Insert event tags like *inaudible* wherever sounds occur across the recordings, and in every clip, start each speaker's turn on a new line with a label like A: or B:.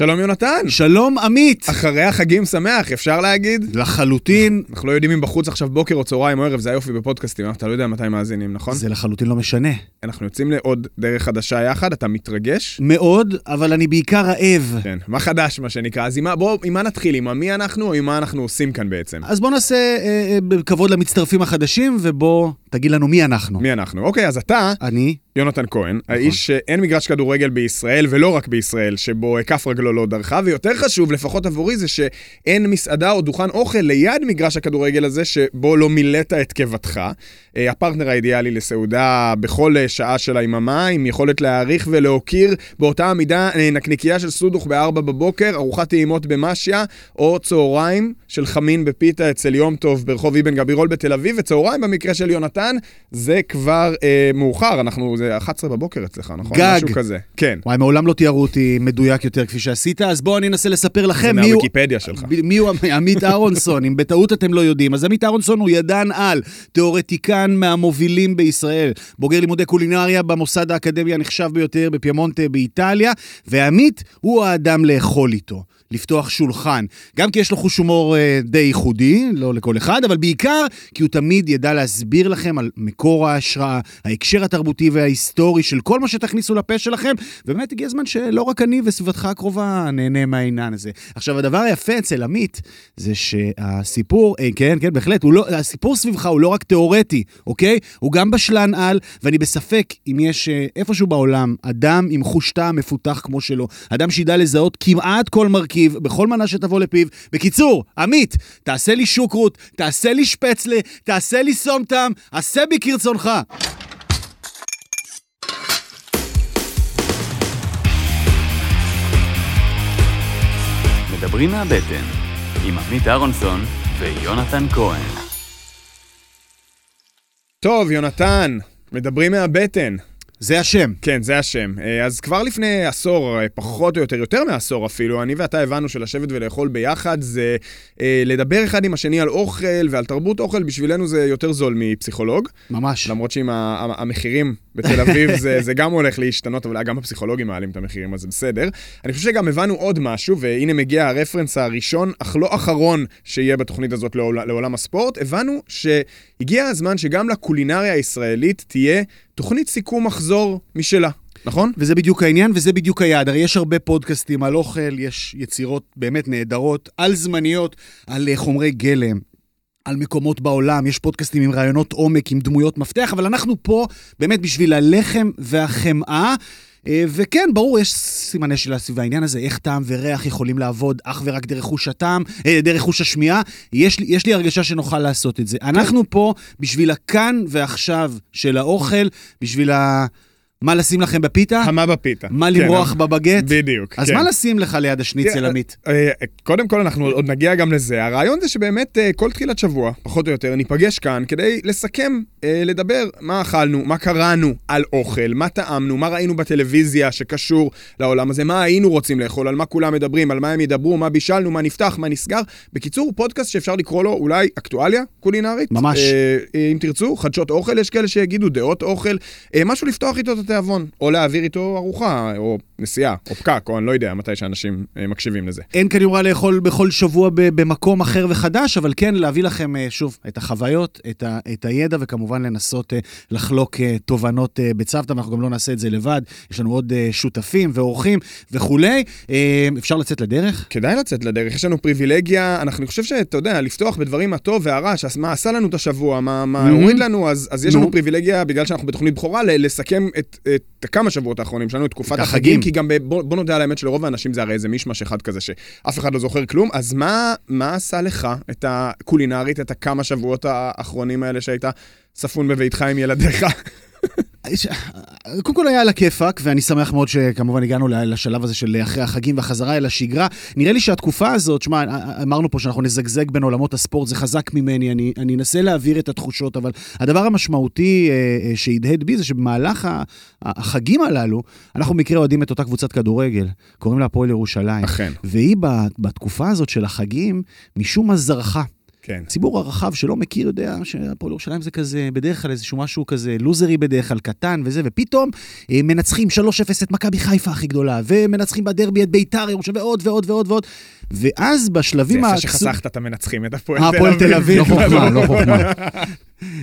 A: שלום יונתן,
B: שלום עמית!
A: אחרי החגים שמח, אפשר להגיד?
B: לחלוטין,
A: אנחנו לא יודעים אם בחוץ עכשיו בוקר או צהריים או ערב, זה היופי בפודקאסטים, אתה לא יודע מתי מאזינים, נכון?
B: זה לחלוטין לא משנה.
A: אנחנו יוצאים לעוד דרך חדשה יחד, אתה מתרגש?
B: מאוד, אבל אני בעיקר רעב.
A: כן, מה חדש מה שנקרא, אז עם מה, בואו, עם מה נתחיל, עם מי אנחנו או עם מה אנחנו עושים כאן בעצם?
B: אז בוא נעשה אה, אה, כבוד למצטרפים החדשים, ובוא תגיד לנו מי אנחנו.
A: מי אנחנו? אוקיי, אז אתה,
B: אני?
A: יונתן כהן, האיש שאין מגרש כדורגל בישראל, ולא רק בישראל, שבו כף רגלו לא דרכה, ויותר חשוב, לפחות עבורי, זה שאין מסעדה או דוכן אוכל ליד מגרש הכדורגל הזה, שבו לא מילאת את קיבתך. אה, הפרטנר האידיאלי לסעודה בכל אה, שעה של היממה, עם יכולת להעריך ולהוקיר באותה המידה אה, נקניקייה של סודוך בארבע בבוקר, ארוחת טעימות במשיה, או צהריים של חמין בפיתה אצל יום טוב ברחוב אבן גבירול בתל אביב, וצהריים במקרה של יונתן, זה כבר אה, מאוחר, אנחנו, זה 11 בבוקר אצלך, נכון?
B: גג.
A: משהו כזה. כן.
B: וואי, מעולם לא תיארו אותי מדויק יותר כפי שעשית, אז בואו אני אנסה לספר
A: זה
B: לכם מי הוא...
A: מהוויקיפדיה שלך.
B: ב- מי הוא עמית אהרונסון, אם בטעות אתם לא יודעים. אז עמית אהרונסון הוא ידען על, תיאורטיקן מהמובילים בישראל, בוגר לימודי קולינריה במוסד האקדמי הנחשב ביותר בפיימונטה באיטליה, ועמית הוא האדם לאכול איתו. לפתוח שולחן, גם כי יש לו חוש הומור אה, די ייחודי, לא לכל אחד, אבל בעיקר כי הוא תמיד ידע להסביר לכם על מקור ההשראה, ההקשר התרבותי וההיסטורי של כל מה שתכניסו לפה שלכם, ובאמת הגיע הזמן שלא רק אני וסביבתך הקרובה נהנה מהעניין הזה. עכשיו, הדבר היפה אצל עמית זה שהסיפור, אה, כן, כן, בהחלט, הוא לא, הסיפור סביבך הוא לא רק תיאורטי, אוקיי? הוא גם בשלן על, ואני בספק אם יש אה, איפשהו בעולם אדם עם חוש טעם מפותח כמו שלו, אדם שידע לזהות כמעט כל מרכיב, בכל מנה שתבוא לפיו. בקיצור, עמית, תעשה לי שוקרות, תעשה לי שפצלה, תעשה לי סום טעם, עשה בי כרצונך.
C: מדברים מהבטן, עם עמית אהרונסון ויונתן כהן.
A: טוב, יונתן, מדברים מהבטן.
B: זה השם.
A: כן, זה השם. אה, אז כבר לפני עשור, אה, פחות או יותר, יותר מעשור אפילו, אני ואתה הבנו שלשבת ולאכול ביחד זה אה, לדבר אחד עם השני על אוכל ועל תרבות אוכל, בשבילנו זה יותר זול מפסיכולוג.
B: ממש.
A: למרות שעם ה- ה- המחירים בתל אביב זה, זה גם הולך להשתנות, אבל גם הפסיכולוגים מעלים את המחירים, אז זה בסדר. אני חושב שגם הבנו עוד משהו, והנה מגיע הרפרנס הראשון, אך לא אחרון, שיהיה בתוכנית הזאת לעול, לעולם הספורט. הבנו שהגיע הזמן שגם לקולינריה הישראלית תהיה תוכנית סיכום מחזור משלה, נכון?
B: וזה בדיוק העניין, וזה בדיוק היעד. הרי יש הרבה פודקאסטים על אוכל, יש יצירות באמת נהדרות, על-זמניות, על אה, חומרי גלם. על מקומות בעולם, יש פודקאסטים עם רעיונות עומק, עם דמויות מפתח, אבל אנחנו פה באמת בשביל הלחם והחמאה. אה, וכן, ברור, יש סימני שאלה סביב העניין הזה, איך טעם וריח יכולים לעבוד אך ורק דרך חוש הטעם, אה, דרך חוש השמיעה. יש, לי- יש לי הרגשה שנוכל לעשות את זה. אנחנו פה בשביל הכאן ועכשיו של האוכל, בשביל ה... מה לשים לכם בפיתה?
A: המה בפיתה.
B: מה
A: כן,
B: למרוח בבגט?
A: בדיוק.
B: אז
A: כן.
B: מה לשים לך ליד השניצל,
A: תראה,
B: עמית?
A: אה, קודם כל, אנחנו עוד נגיע גם לזה. הרעיון זה שבאמת אה, כל תחילת שבוע, פחות או יותר, ניפגש כאן כדי לסכם, אה, לדבר מה אכלנו, מה קראנו על אוכל, מה טעמנו, מה ראינו בטלוויזיה שקשור לעולם הזה, מה היינו רוצים לאכול, על מה כולם מדברים, על מה הם ידברו, מה בישלנו, מה נפתח, מה נסגר. בקיצור, הוא פודקאסט שאפשר לקרוא לו אולי אקטואליה קולינרית.
B: ממש.
A: אה, אה, אם תרצו, חדשות אוכל, יש כאלה שיגידו דעות אוכל, אה, משהו לפתוח איתו את התיאבון, או להעביר איתו ארוחה, או נסיעה, או פקק, או אני לא יודע מתי שאנשים אה, מקשיבים לזה.
B: אין כנראה לאכול בכל שבוע ב- במקום אחר וחדש, אבל כן להביא לכם, אה, שוב, את החוויות, את, ה- את הידע, וכמובן לנסות אה, לחלוק אה, תובנות אה, בצוותא, ואנחנו גם לא נעשה את זה לבד. יש לנו עוד אה, שותפים ואורחים וכולי. אה, אפשר לצאת לדרך?
A: כדאי לצאת לדרך, יש לנו פריבילגיה, אנחנו, אני חושב שאתה יודע, לפתוח בדברים הטוב והרע, שעש- מה עשה לנו את השבוע, מה, מה
B: Mhm.
A: הוריד לנו, אז, אז יש
B: נו.
A: לנו פריבילגיה, בגלל שאנחנו בתוכנית בכורה, ל- לסכם את, את כמה שבועות האחרונים שלנו, את תקופת
B: את החגים.
A: החגים, כי גם, ב- בוא, בוא נודה על האמת שלרוב האנשים זה הרי איזה מישמש אחד כזה שאף אחד לא זוכר כלום, אז מה, מה עשה לך, את הקולינרית, את הכמה שבועות האחרונים האלה שהיית ספון בביתך עם
B: *laughs*
A: ילדיך?
B: ש- קודם כל היה על הכיפאק, ואני שמח מאוד שכמובן הגענו ל- לשלב הזה של אחרי החגים והחזרה אל השגרה. נראה לי שהתקופה הזאת, שמע, אה, אמרנו פה שאנחנו נזגזג בין עולמות הספורט, זה חזק ממני, אני, אני אנסה להעביר את התחושות, אבל הדבר המשמעותי אה, אה, שהדהד בי זה שבמהלך ה- ה- החגים הללו, אנחנו במקרה אוהדים את אותה קבוצת כדורגל, קוראים לה הפועל ירושלים.
A: אכן.
B: והיא ב- בתקופה הזאת של החגים, משום מה זרחה.
A: כן.
B: הציבור הרחב שלא מכיר יודע שהפועל ירושלים זה כזה, בדרך כלל איזשהו משהו כזה לוזרי בדרך כלל, קטן וזה, ופתאום אה, מנצחים 3-0 את מכבי חיפה הכי גדולה, ומנצחים בדרבי את ביתר ירושלים, ועוד ועוד ועוד ועוד. ואז
A: זה
B: בשלבים
A: יפה
B: האקסו-
A: שחסכת את המנצחים, את הפועל תל
B: אה,
A: אביב.
B: הפועל תל אביב. לא חוכמה, *laughs* לא חוכמה.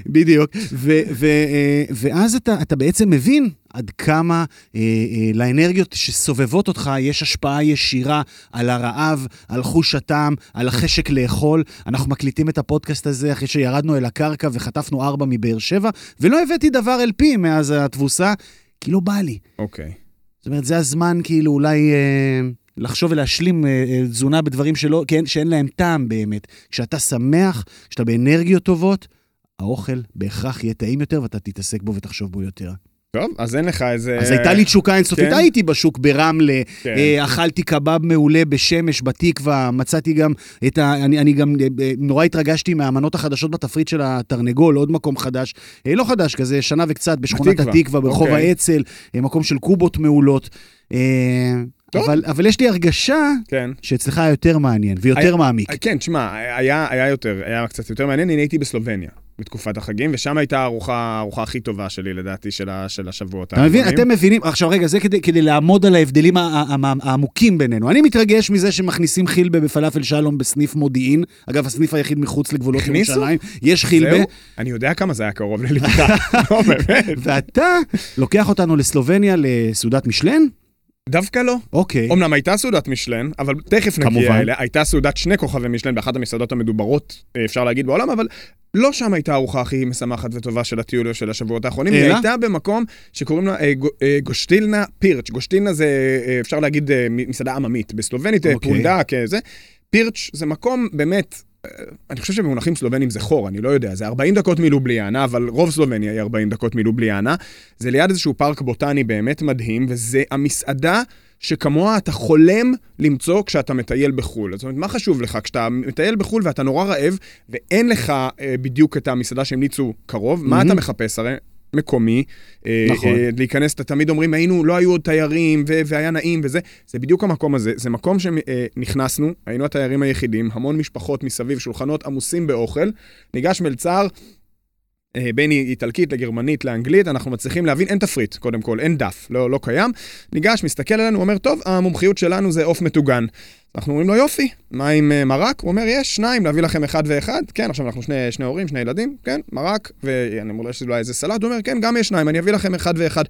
B: בדיוק. ו- ו- אה, ואז אתה, אתה בעצם מבין עד כמה אה, אה, לאנרגיות שסובבות אותך יש השפעה ישירה על הרעב, על חוש הטעם, על החשק לאכול. אנחנו מקליטים את הפודקאסט הזה אחרי שירדנו אל הקרקע וחטפנו ארבע מבאר שבע, ולא הבאתי דבר אל פי מאז התבוסה, כי לא בא לי.
A: אוקיי.
B: זאת אומרת, זה הזמן כאילו אולי אה, לחשוב ולהשלים אה, אה, תזונה בדברים שלא, כן, שאין להם טעם באמת. כשאתה שמח, כשאתה באנרגיות טובות, האוכל בהכרח יהיה טעים יותר ואתה תתעסק בו ותחשוב בו יותר.
A: טוב, אז אין לך איזה...
B: אז הייתה לי תשוקה אינסופית,
A: כן.
B: הייתי בשוק ברמלה,
A: כן.
B: אה, אכלתי קבב מעולה בשמש, בתקווה, מצאתי גם את ה... אני, אני גם אה, אה, נורא התרגשתי מהמנות החדשות בתפריט של התרנגול, עוד מקום חדש, אה, לא חדש, כזה שנה וקצת, בשכונת
A: בתקווה.
B: התקווה, ברחוב
A: אוקיי.
B: האצ"ל, אה, מקום של קובות מעולות. אה,
A: טוב.
B: אבל, אבל יש לי הרגשה
A: כן.
B: שאצלך היה יותר מעניין ויותר מעמיק.
A: כן, תשמע, היה, היה יותר, היה קצת יותר מעניין. אני הייתי בסלובניה בתקופת החגים, ושם הייתה הארוחה, הארוחה הכי טובה שלי, לדעתי, של, ה, של השבועות
B: אתה מבין?
A: האחרונים.
B: אתם מבינים? עכשיו רגע, זה כדי, כדי לעמוד על ההבדלים ה- ה- ה- העמוקים בינינו. אני מתרגש מזה שמכניסים חילבה בפלאפל שלום בסניף מודיעין. אגב, הסניף היחיד מחוץ לגבולות
A: הכניסו?
B: ירושלים. יש חילבה.
A: זהו? אני יודע כמה זה היה קרוב ללבך. *laughs* לא, באמת.
B: ואתה לוקח אותנו לסלובניה לסעודת משלן?
A: דווקא לא.
B: אוקיי.
A: אמנם הייתה סעודת משלן, אבל תכף
B: כמובן.
A: נגיע אליה. הייתה סעודת שני כוכבי משלן באחת המסעדות המדוברות, אה, אפשר להגיד, בעולם, אבל לא שם הייתה הארוחה הכי משמחת וטובה של הטיול של השבועות האחרונים. היא
B: אלא?
A: הייתה במקום שקוראים לה אה, גו- אה, גושטילנה פירץ'. גושטילנה זה, אה, אפשר להגיד, אה, מ- מסעדה עממית. בסלובנית, אה,
B: אוקיי.
A: פונדק, אה, זה. פירץ' זה מקום באמת... אה, אני חושב שבמונחים סלובנים זה חור, אני לא יודע, זה 40 דקות מלובליאנה, אבל רוב סלובניה היא 40 דקות מלובליאנה. זה ליד איזשהו פארק בוטני באמת מדהים, וזה המסעדה שכמוה אתה חולם למצוא כשאתה מטייל בחו"ל. זאת אומרת, מה חשוב לך? כשאתה מטייל בחו"ל ואתה נורא רעב, ואין לך אה, בדיוק את המסעדה שהמליצו קרוב, מה אתה מחפש הרי? מקומי, אה,
B: נכון.
A: אה, להיכנס, אתה תמיד אומרים, היינו, לא היו עוד תיירים, ו- והיה נעים וזה, זה בדיוק המקום הזה, זה מקום שנכנסנו, היינו התיירים היחידים, המון משפחות מסביב, שולחנות עמוסים באוכל, ניגש מלצר, אה, בין איטלקית לגרמנית לאנגלית, אנחנו מצליחים להבין, אין תפריט, קודם כל, אין דף, לא, לא קיים. ניגש, מסתכל עלינו, אומר, טוב, המומחיות שלנו זה עוף מטוגן. אנחנו אומרים לו, יופי, מה עם אה, מרק? הוא אומר, יש, שניים, להביא לכם אחד ואחד. כן, עכשיו אנחנו שני, שני הורים, שני ילדים, כן, מרק, ואני אומר לו, יש אולי איזה סלט, הוא אומר, כן, גם יש שניים, אני אביא לכם אחד ואחד.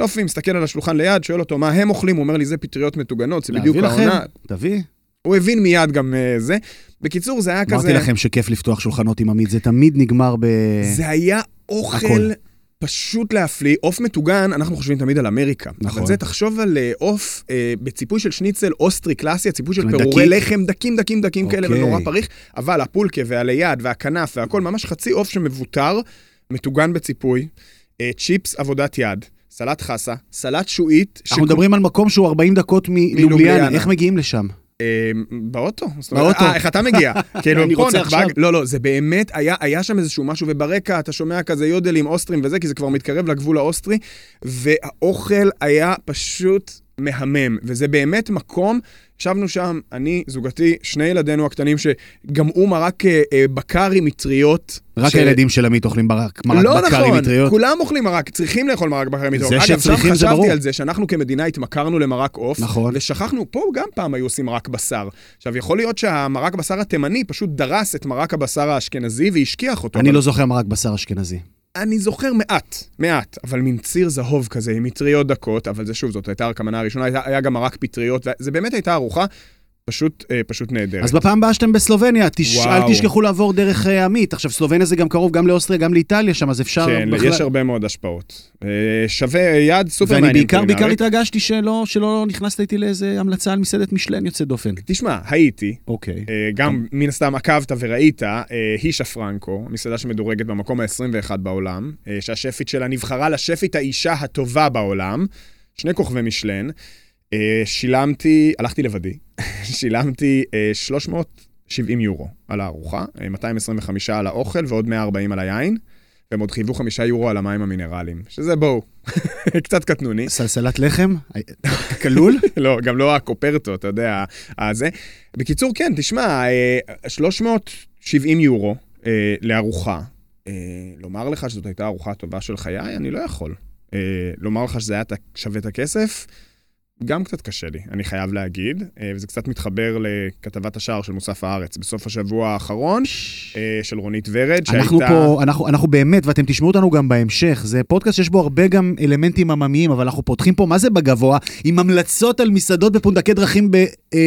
A: יופי, מסתכל על השולחן ליד, שואל אותו, מה הם אוכלים? הוא אומר לי, זה פטריות מטוגנות, זה בדיוק
B: להביא
A: העונה.
B: לכם? תביא.
A: הוא הבין מיד גם אה, זה. בקיצור, זה היה כזה...
B: אמרתי לכם שכיף לפתוח שולחנות עם עמית, זה תמיד נגמר ב...
A: זה היה אוכל
B: אה, הכל.
A: הכל. פשוט להפליא. עוף מטוגן, אנחנו חושבים תמיד על אמריקה.
B: נכון.
A: אבל זה, תחשוב על אה, עוף אה, בציפוי של שניצל אוסטרי קלאסי, הציפוי של
B: דקיק.
A: פירורי לחם דקים, דקים, דקים כאלה,
B: אוקיי.
A: ונורא פריך, אבל הפולקה והליד והכנף והכל, ממש חצי עוף שמבוטר, מטוגן בציפוי, אה, צ'יפס עבודת יד, סלט חסה, סלט שועית,
B: אנחנו מדברים על מקום שהוא 40 דקות מלובליאנה,
A: מלובליאנה.
B: איך מגיעים לשם?
A: אה, באוטו. זאת אומרת,
B: באוטו.
A: אה, איך אתה
B: *laughs*
A: מגיע? כאילו,
B: אני
A: פה
B: רוצה
A: נתב"ג-
B: עכשיו.
A: לא, לא, זה באמת, היה, היה שם איזשהו משהו, וברקע אתה שומע כזה יודלים אוסטרים וזה, כי זה כבר מתקרב לגבול האוסטרי, והאוכל היה פשוט מהמם, וזה באמת מקום, ישבנו שם, אני, זוגתי, שני ילדינו הקטנים, שגם הוא מרק אה, אה, בקרי מטריות.
B: רק
A: ש-
B: הילדים של עמית אוכלים ברק, מרק
A: לא
B: בקר עם
A: נכון,
B: מטריות.
A: כולם אוכלים מרק, צריכים לאכול מרק בקר עם מטריות.
B: זה
A: אגב, שם
B: שצריכים זה ברור.
A: חשבתי על זה שאנחנו כמדינה התמכרנו למרק עוף,
B: נכון.
A: ושכחנו, פה גם פעם היו עושים רק בשר. עכשיו, יכול להיות שהמרק בשר התימני פשוט דרס את מרק הבשר האשכנזי והשכיח אותו.
B: אני
A: אבל
B: לא זוכר מרק בשר אשכנזי.
A: אני זוכר מעט, מעט, אבל מין ציר זהוב כזה, עם מטריות דקות, אבל זה שוב, זאת הייתה רק המנה הראשונה, הייתה- היה גם מרק פטריות, וזה באמת הייתה ארוחה פשוט, אה, פשוט נהדרת.
B: אז בפעם הבאה שאתם בסלובניה, תש...
A: וואו.
B: אל תשכחו לעבור דרך אה, עמית. עכשיו, סלובניה זה גם קרוב גם לאוסטריה, גם לאיטליה שם, אז אפשר
A: כן,
B: בכלל...
A: יש הרבה מאוד השפעות. אה, שווה יד סופר
B: ואני
A: מעניין.
B: בעיקר, בעיקר
A: קולינרית.
B: התרגשתי שלא, שלא נכנסת איתי לאיזה המלצה על מסעדת משלן יוצאת דופן.
A: תשמע, הייתי,
B: אוקיי.
A: אה, גם מן הסתם עקבת וראית, אה, הישה פרנקו, מסעדה שמדורגת במקום ה-21 בעולם, אה, שהשפית שלה נבחרה לשפית האישה הטובה בעולם, שני כוכבי משלן. אה, שילמתי, הלכתי לבדי, *laughs* שילמתי אה, 370 יורו על הארוחה, אה, 225 על האוכל ועוד 140 על היין, והם עוד חייבו 5 יורו על המים המינרליים, שזה בואו, *laughs* קצת קטנוני.
B: סלסלת לחם? כלול?
A: *laughs* לא, גם לא הקופרטו, אתה יודע, הזה. בקיצור, כן, תשמע, אה, 300... 70 יורו אה, לארוחה. אה, לומר לך שזאת הייתה הארוחה הטובה של חיי? אני לא יכול. אה, לומר לך שזה היה ת- שווה את הכסף? גם קצת קשה לי, אני חייב להגיד, אה, וזה קצת מתחבר לכתבת השער של מוסף הארץ בסוף השבוע האחרון, אה, של רונית ורד, שהייתה...
B: אנחנו פה, אנחנו, אנחנו באמת, ואתם תשמעו אותנו גם בהמשך, זה פודקאסט שיש בו הרבה גם אלמנטים עממיים, אבל אנחנו פותחים פה, מה זה בגבוה? עם המלצות על מסעדות בפונדקי דרכים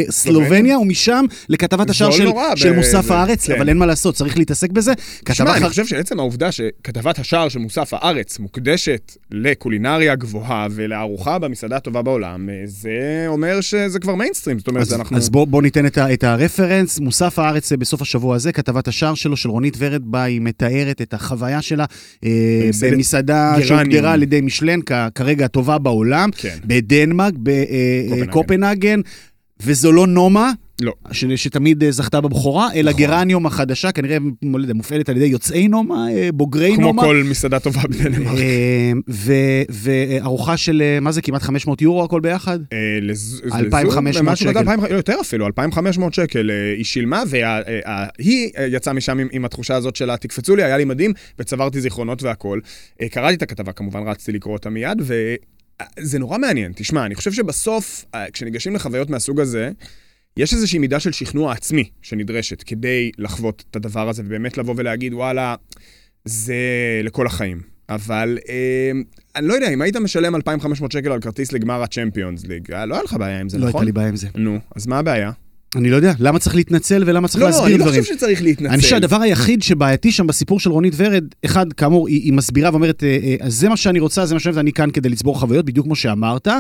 B: בסלובניה, ומשם לכתבת השער
A: לא
B: של,
A: נורא,
B: של
A: ב-
B: מוסף
A: זה-
B: הארץ,
A: כן.
B: אבל אין מה לעשות, צריך להתעסק בזה. כתב
A: תשמע,
B: אחר...
A: אני חושב שעצם העובדה שכתבת השער של מוסף הארץ מוקדשת לקולינריה גבוהה ולארוחה במסעדה הטובה בעולם, אה, זה אומר שזה כבר מיינסטרים. זאת אומרת,
B: אז,
A: אנחנו...
B: אז בוא, בוא ניתן את, ה, את הרפרנס. מוסף הארץ אה, בסוף השבוע הזה, כתבת השער שלו, של רונית ורד, בה היא מתארת את החוויה שלה אה,
A: במסעדת
B: במסעדה
A: גרניום.
B: שהוגדרה על ידי משלן, כ- כרגע הטובה בעולם,
A: כן.
B: בדנמרק, בקופנהגן,
A: קופנהגן.
B: קופנהגן וזו לא נומה.
A: לא. נכון.
B: ש, שתמיד אה, זכתה בבכורה, אלא גרניום החדשה, כנראה לא יודע, מופעלת על ידי יוצאי נומה, אה, בוגרי
A: כמו
B: נומה.
A: כל מסעדה טובה בדנמרק.
B: אה, ו- וארוחה של, אה, מה זה, כמעט 500 יורו הכל ביחד?
A: אה, לז-
B: 2,500
A: לזוג, משהו כזה,
B: שקל.
A: 2,500, לא, יותר אפילו, 2,500 שקל אה, היא שילמה, אה, והיא יצאה משם עם- עם התחושה הזאת שלה, תקפצו לי, היה לי מדהים, וצברתי זיכרונות והכול. אה, קראתי את הכתבה, כמובן רצתי לקרוא אותה מיד, ו... אה, זה נורא מעניין. תשמע, אני חושב שבסוף, אה, כשניגשים לחוויות מהסוג הזה, יש איזושהי מידה של שכנוע עצמי שנדרשת כדי לחוות את הדבר הזה, ובאמת לבוא ולהגיד, וואלה, זה לכל החיים. אבל אה, אני לא יודע, אם היית משלם 2,500 שקל על כרטיס לגמר הצ'מפיונס ליג, אה, לא היה לך בעיה עם זה,
B: לא
A: נכון?
B: הייתה לי בעיה עם זה.
A: נו, אז מה הבעיה?
B: אני לא יודע, למה צריך להתנצל ולמה צריך
A: לא, לא,
B: להסביר
A: אני לא
B: דברים.
A: חושב שצריך להתנצל.
B: אני חושב שהדבר היחיד שבעייתי שם בסיפור של רונית ורד, אחד, כאמור, היא, היא מסבירה ואומרת, אה, אה, אז זה מה שאני רוצה, זה מה שאני אוהבת, אני כאן כדי לצבור חוויות, בדיוק כמו שאמרת, אה,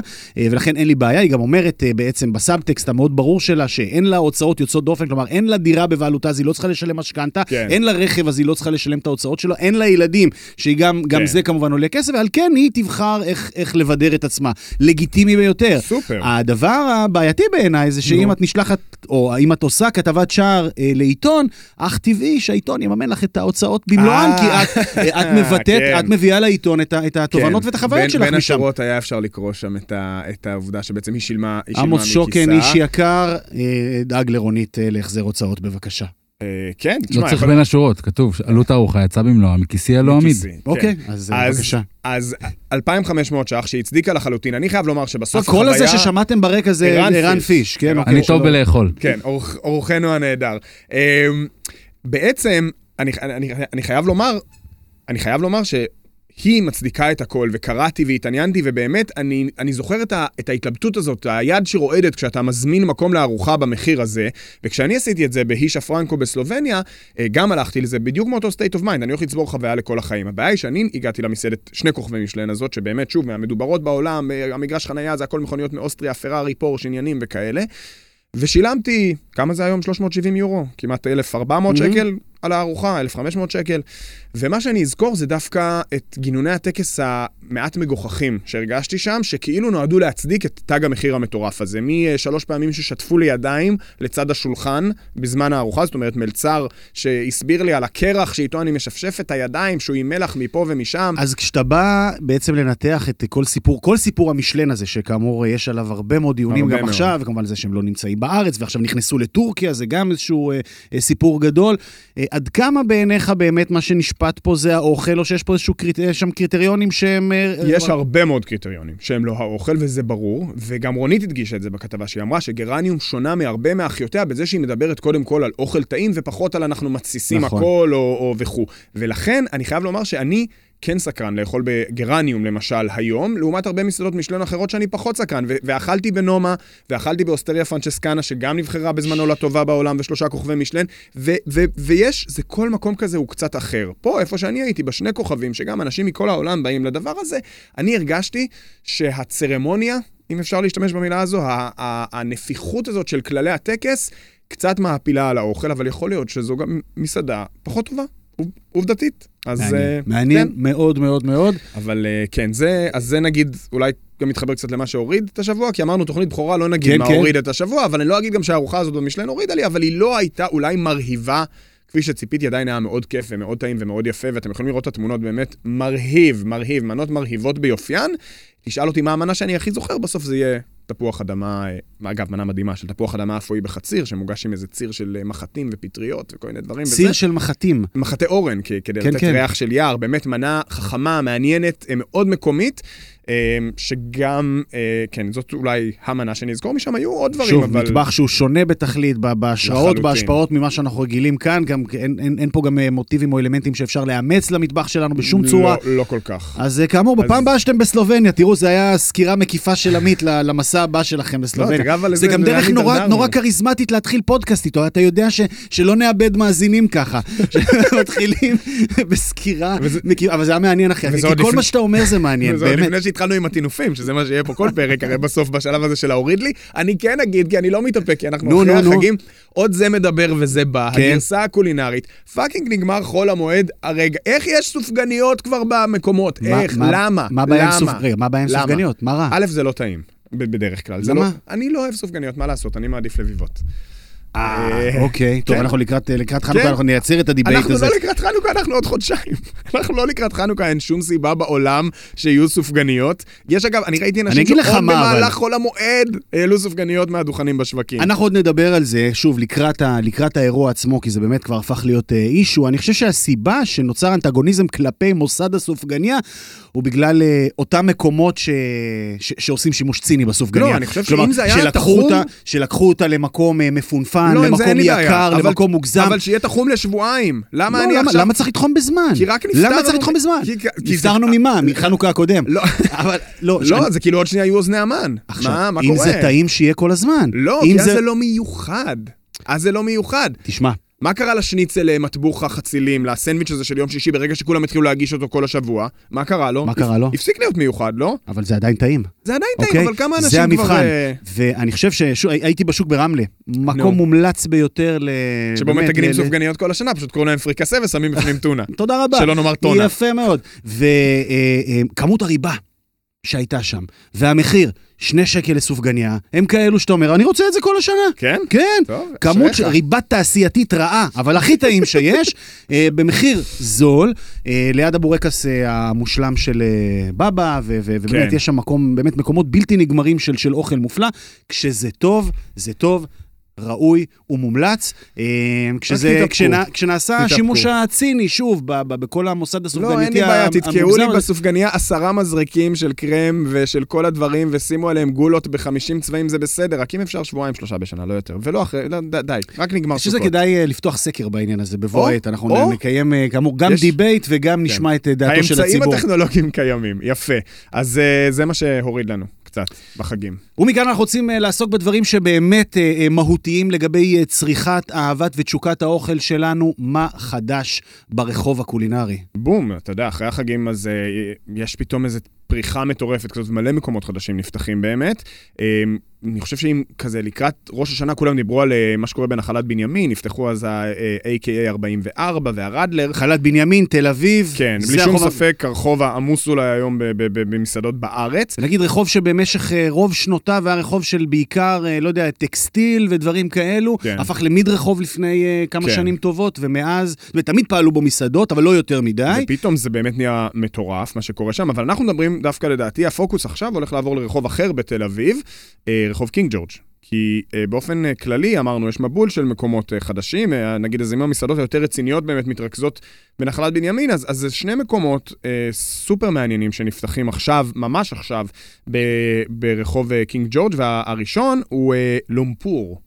B: ולכן אין לי בעיה, היא גם אומרת אה, בעצם בסאבטקסט המאוד ברור שלה, שאין לה הוצאות יוצאות דופן, כלומר, אין לה דירה בבעלותה, אז היא לא צריכה לשלם משכנתה,
A: כן.
B: אין לה רכב, אז היא לא צריכה לשלם את ההוצאות שלו, אין לה ילדים, שהיא גם, גם
A: כן.
B: זה כמובן עולה כסף, ועל כן היא תבחר איך, איך לבדר את עצמה. לגיטימי ביותר.
A: סופר.
B: הדבר הבעייתי בעיניי זה שאם
A: נו.
B: את נשלחת, או אם את עושה כתבת שער אה, לעיתון, אך טבעי שהעיתון יממן לך את ההוצאות במלואן,
A: אה.
B: כי את, אה, את
A: *laughs*
B: מבטאת,
A: כן.
B: את מביאה לעיתון את, ה- את התובנות
A: כן.
B: ואת החוויות
A: בין-
B: שלך
A: בין
B: משם.
A: השורות היה אפשר לקרוא שם את ה- את העובדה שבעצם היא שילמה היא שילמה
B: עמוס
A: מכיסה.
B: שוקן, איש יקר, אה, דאג לרונית אה, להחזר הוצאות בבקשה.
A: אה, כן,
D: לא
A: תשמע,
D: צריך
A: יכול-
D: בין השורות, כתוב, עלות הארוחה יצאה במלואה, מכיסי הלא עמיד.
A: מכיסי, כן.
B: אוקיי, אז אה, בבקשה.
A: אז 2,500 ש"ח שהצדיקה לחלוטין. אני חייב לומר שבסוף
B: הקול הזה ששמעתם ברקע זה
A: ערן
B: ערן
A: פיש.
B: פיש, כן?
A: ערן
B: אוקיי,
D: אני
B: שלום.
D: טוב בלאכול.
A: כן, אורח- אורחנו הנהדר. אמ, בעצם, אני, אני, אני חייב לומר, אני חייב לומר שהיא מצדיקה את הכל, וקראתי והתעניינתי, ובאמת, אני, אני זוכר את, ה, את ההתלבטות הזאת, היד שרועדת כשאתה מזמין מקום לארוחה במחיר הזה, וכשאני עשיתי את זה בהישה פרנקו בסלובניה, אה, גם הלכתי לזה בדיוק מאותו state of mind, אני הולך לצבור חוויה לכל החיים. הבעיה היא שאני הגעתי למסעדת שני כוכבי משלן הזאת, שבאמת, שוב, מהמדוברות בעולם, אה, המגרש חנייה זה הכל מכוניות מאוסטריה, פרארי, פורש, עניינים וכאלה. ושילמתי, כמה זה היום? 370 יורו, כמעט 1,400 שקל על הארוחה, 1,500 שקל. ומה שאני אזכור זה דווקא את גינוני הטקס המעט מגוחכים שהרגשתי שם, שכאילו נועדו להצדיק את תג המחיר המטורף הזה. משלוש פעמים ששטפו לי ידיים לצד השולחן בזמן הארוחה, זאת אומרת מלצר שהסביר לי על הקרח שאיתו אני משפשף את הידיים, שהוא עם מלח מפה ומשם.
B: אז כשאתה בא בעצם לנתח את כל סיפור, כל סיפור המשלן הזה, שכאמור אה, יש עליו הרבה מאוד דיונים
A: הרבה
B: גם
A: מאוד.
B: עכשיו, וכמובן זה שהם לא נמצאים בארץ, ועכשיו נכנסו לטורקיה, זה גם איזשהו אה, אה, סיפור גדול. אה, עד כמה בעיניך באמת מה שנשפט פה זה האוכל, או שיש פה איזשהו קריט... אה, שם קריטריונים שהם... אה,
A: יש
B: אה,
A: הרבה מאוד קריטריונים שהם לא האוכל, וזה ברור, וגם רונית הדגישה את זה בכתבה, שהיא אמרה שגרניום שונה מהרבה מאחיותיה בזה שהיא מדברת קודם כל על אוכל טעים, ופחות על אנחנו מתסיסים
B: נכון.
A: נכון. הכל או, או וכו'. ולכן, אני חייב לומר שאני... כן סקרן לאכול בגרניום למשל היום, לעומת הרבה מסעדות משלון אחרות שאני פחות סקרן. ו- ואכלתי בנומה, ואכלתי באוסטריה פרנצ'סקנה, שגם נבחרה בזמנו לטובה בעולם, ושלושה כוכבי משלן, ו- ו- ויש, זה כל מקום כזה הוא קצת אחר. פה, איפה שאני הייתי, בשני כוכבים, שגם אנשים מכל העולם באים לדבר הזה, אני הרגשתי שהצרמוניה, אם אפשר להשתמש במילה הזו, ה- ה- הנפיחות הזאת של כללי הטקס, קצת מעפילה על האוכל, אבל יכול להיות שזו גם מסעדה פחות טובה, עוב- עובדתית. אז... אה,
B: מעניין
A: כן.
B: מאוד מאוד מאוד.
A: אבל אה, כן, זה, אז זה נגיד, אולי גם מתחבר קצת למה שהוריד את השבוע, כי אמרנו תוכנית בכורה, לא נגיד
B: כן,
A: מה
B: כן.
A: הוריד את השבוע, אבל אני לא אגיד גם שהארוחה הזאת במשלן הורידה לי, אבל היא לא הייתה אולי מרהיבה. כפי שציפיתי, עדיין היה מאוד כיף ומאוד טעים ומאוד יפה, ואתם יכולים לראות את התמונות באמת מרהיב, מרהיב, מנות מרהיבות ביופיין. תשאל אותי מה המנה שאני הכי זוכר, בסוף זה יהיה תפוח אדמה, אה, אגב, מנה מדהימה של תפוח אדמה אפוי בחציר, שמוגש עם איזה ציר של אה, מחטים ופטריות וכל מיני דברים.
B: ציר
A: וזה.
B: של מחטים.
A: מחטי אורן, כ- כדי
B: כן,
A: לתת
B: כן.
A: ריח של יער, באמת מנה חכמה, מעניינת, אה, מאוד מקומית, אה, שגם, אה, כן, זאת אולי המנה שנזכור משם, היו עוד דברים,
B: שוב,
A: אבל...
B: מטבח שהוא שונה בתכלית, ב- בהשראות,
A: לחלוטין.
B: בהשפעות ממה שאנחנו רגילים כאן, גם אין- אין אין פה גם אה, מוטיבים או אלמנטים שאפשר לאמץ למטבח שלנו בשום צורה.
A: לא, לא כל כך.
B: אז אה, כאמור, בפעם הבאה שאתם בסלובניה, תראו, זו הייתה סקירה מקיפה של עמית ל- למסע הבא שלכם
A: תראה,
B: לסלובניה.
A: לא, אבל
B: זה
A: איזה-
B: גם דרך
A: לאן
B: נורא
A: הידרדרנו?
B: נורא כריזמטית להתחיל פודקאסט איתו, אתה יודע ש- שלא נאבד מאזינים ככה. *laughs* מתחילים *laughs* בסקירה,
A: וזה-
B: מקיפה, אבל זה היה מעניין אחי,
A: וזה
B: כי
A: עוד
B: כל
A: לפני-
B: מה שאתה אומר זה מעניין,
A: זה עוד
B: באמת.
A: לפני שהתחלנו עם הטינופים, שזה מה שיהיה פה כל פרק, הרי בסוף, בשלב הזה של להוריד לי. אני כן אגיד, כי אני לא מתאפק, כי
B: נו,
A: אנחנו אחרי
B: נו, נו.
A: החגים, עוד זה מדבר וזה בא,
B: כן.
A: הגרסה הקולינרית. פאקינג נגמר חול המועד, הרגע, איך יש סופגניות כבר במקומות?
B: מה-
A: איך?
B: מה-
A: למה?
B: מה הבעיה עם
A: למה?
B: סופג- רגע, מה הבעיה עם
A: למה?
B: סופגניות? מה רע?
A: א', זה לא טעים, ב- בדרך כלל. זה
B: למה?
A: לא- אני לא אוהב סופגניות, מה לעשות? אני מעדיף לביבות.
B: אה, אוקיי, טוב,
A: כן.
B: אנחנו לקראת לקראת חנוכה, אנחנו נייצר את הדיבייט
A: אנחנו
B: הזה.
A: לא לקראת חנוכה, אנחנו עוד חודשיים. *laughs* אנחנו לא לקראת חנוכה, אין שום סיבה בעולם שיהיו סופגניות. יש אגב, אני ראיתי
B: אני
A: אנשים
B: אגיד
A: שעוד
B: לך מה, אבל-
A: במהלך חול המועד העלו סופגניות מהדוכנים בשווקים.
B: אנחנו עוד נדבר על זה, שוב, לקראת, ה, לקראת האירוע עצמו, כי זה באמת כבר הפך להיות אה, אישו. אני חושב שהסיבה שנוצר אנטגוניזם כלפי מוסד הסופגניה, הוא בגלל אה, אותם מקומות ש, ש, שעושים שימוש ציני בסופגניה.
A: לא, אני חושב
B: כלומר,
A: שאם זה היה
B: שלקחו
A: תחום-
B: אותה, שלקחו אותה למקום אה, מפונפן,
A: לא, עם זה אין
B: למקום
A: לי
B: יקר,
A: בעיה, אבל-
B: למקום מוגזם.
A: אבל שיהיה תחום לשבועיים.
B: לא,
A: למה אני
B: למה,
A: עכשיו...
B: למה צריך לתחום בזמן?
A: כי רק נפטרנו
B: למה צריך
A: מ-
B: לתחום בזמן?
A: כי- כי-
B: נפטרנו ממה? מחנוכה הקודם.
A: לא.
B: *laughs* אבל, לא,
A: לא, זה כאילו עוד שנייה יהיו אוזני המן.
B: עכשיו,
A: מה, מה
B: אם
A: קורה?
B: זה טעים, שיהיה כל הזמן.
A: לא,
B: אם
A: כי אז זה לא מיוחד. אז זה לא מיוחד.
B: תשמע,
A: מה קרה לשניצל אה, מטבוח החצילים, לסנדוויץ' הזה של יום שישי, ברגע שכולם התחילו להגיש אותו כל השבוע? מה קרה לו?
B: מה קרה לו?
A: הפסיק להיות מיוחד, לא?
B: אבל זה עדיין טעים.
A: זה עדיין
B: אוקיי?
A: טעים, אבל כמה אנשים
B: זה המבחן.
A: כבר... אה,
B: ואני חושב שהייתי בשוק ברמלה, מקום
A: נו.
B: מומלץ ביותר ל...
A: שבו
B: באמת, אה,
A: מתגנים
B: ל-
A: סופגניות כל השנה, פשוט קוראים להם פריקסה ושמים
B: *laughs*
A: בפנים טונה.
B: תודה רבה.
A: שלא נאמר טונה.
B: יפה מאוד. וכמות הריבה שהייתה שם, והמחיר, שני שקל לסופגניה, הם כאלו שאתה אומר, אני רוצה את זה כל השנה.
A: כן?
B: כן,
A: טוב,
B: כמות ש...
A: אשריך.
B: ריבה תעשייתית רעה, אבל הכי טעים
A: *laughs*
B: שיש, אה, במחיר זול, אה, ליד הבורקס אה, המושלם של אה, בבא, ו- ו- ובאמת
A: כן.
B: יש שם מקום, באמת מקומות בלתי נגמרים של, של אוכל מופלא. כשזה טוב, זה טוב. ראוי ומומלץ, אה, כשזה,
A: תתאפקו.
B: כשנה, כשנעשה
A: תתאפקו.
B: השימוש הציני, שוב, ב, ב, בכל המוסד הסופגניתי
A: לא, אין לי בעיה, תתקעו לי
B: המוגזם הזה.
A: בסופגניה עשרה מזרקים של קרם ושל כל הדברים, ושימו עליהם גולות בחמישים צבעים, זה בסדר, רק אם אפשר שבועיים, שלושה בשנה, לא יותר. ולא אחרי, לא, ד- די, רק נגמר
B: אני חושב שזה
A: סוכות.
B: כדאי אה, לפתוח סקר בעניין הזה בבוא
A: או,
B: העת, אנחנו
A: או.
B: נקיים אה, כאמור גם
A: יש- כן.
B: דיבייט וגם נשמע את אה, דעתו של
A: האמצעים
B: הציבור.
A: הטכנולוגיים קיימים, יפה. אז אה, זה מה שהוריד לנו קצת בחגים.
B: ומכאן אנחנו רוצים אה, לעסוק בדברים שבאמת אה, אה, מהותיים לגבי אה, צריכת, אהבת ותשוקת האוכל שלנו, מה חדש ברחוב הקולינרי.
A: בום, אתה יודע, אחרי החגים אז אה, יש פתאום איזו פריחה מטורפת כזאת, מלא מקומות חדשים נפתחים באמת. אה, אני חושב שאם כזה לקראת ראש השנה כולם דיברו על אה, מה שקורה בנחלת בנימין, נפתחו אז אה, ה-AKA 44 והרדלר.
B: חלת בנימין, תל אביב.
A: כן,
B: זה
A: בלי שום
B: הרחוב ה-
A: ספק, הרחוב העמוס אולי היום ב- ב- ב- במסעדות בארץ.
B: נגיד רחוב שבמשך אה, רוב שנותיו היה רחוב של בעיקר, אה, לא יודע, טקסטיל ודברים כאלו,
A: כן.
B: הפך למד רחוב לפני אה, כמה
A: כן.
B: שנים טובות, ומאז, זאת אומרת, תמיד פעלו בו מסעדות, אבל לא יותר מדי.
A: ופתאום זה באמת נהיה מטורף, מה שקורה שם, אבל אנחנו מדברים דווקא, לדעתי, הפוקוס עכשיו הולך לעבור לרחוב אחר בתל אביב, אה, רחוב קינג ג'ורג'. כי אה, באופן אה, כללי, אמרנו, יש מבול של מקומות אה, חדשים, אה, נגיד, אז אם המסעדות היותר רציניות באמת מתרכזות בנחלת בנימין, אז, אז זה שני מקומות אה, סופר מעניינים שנפתחים עכשיו, ממש עכשיו, ב, ברחוב אה, קינג ג'ורג', והראשון הוא אה, לומפור.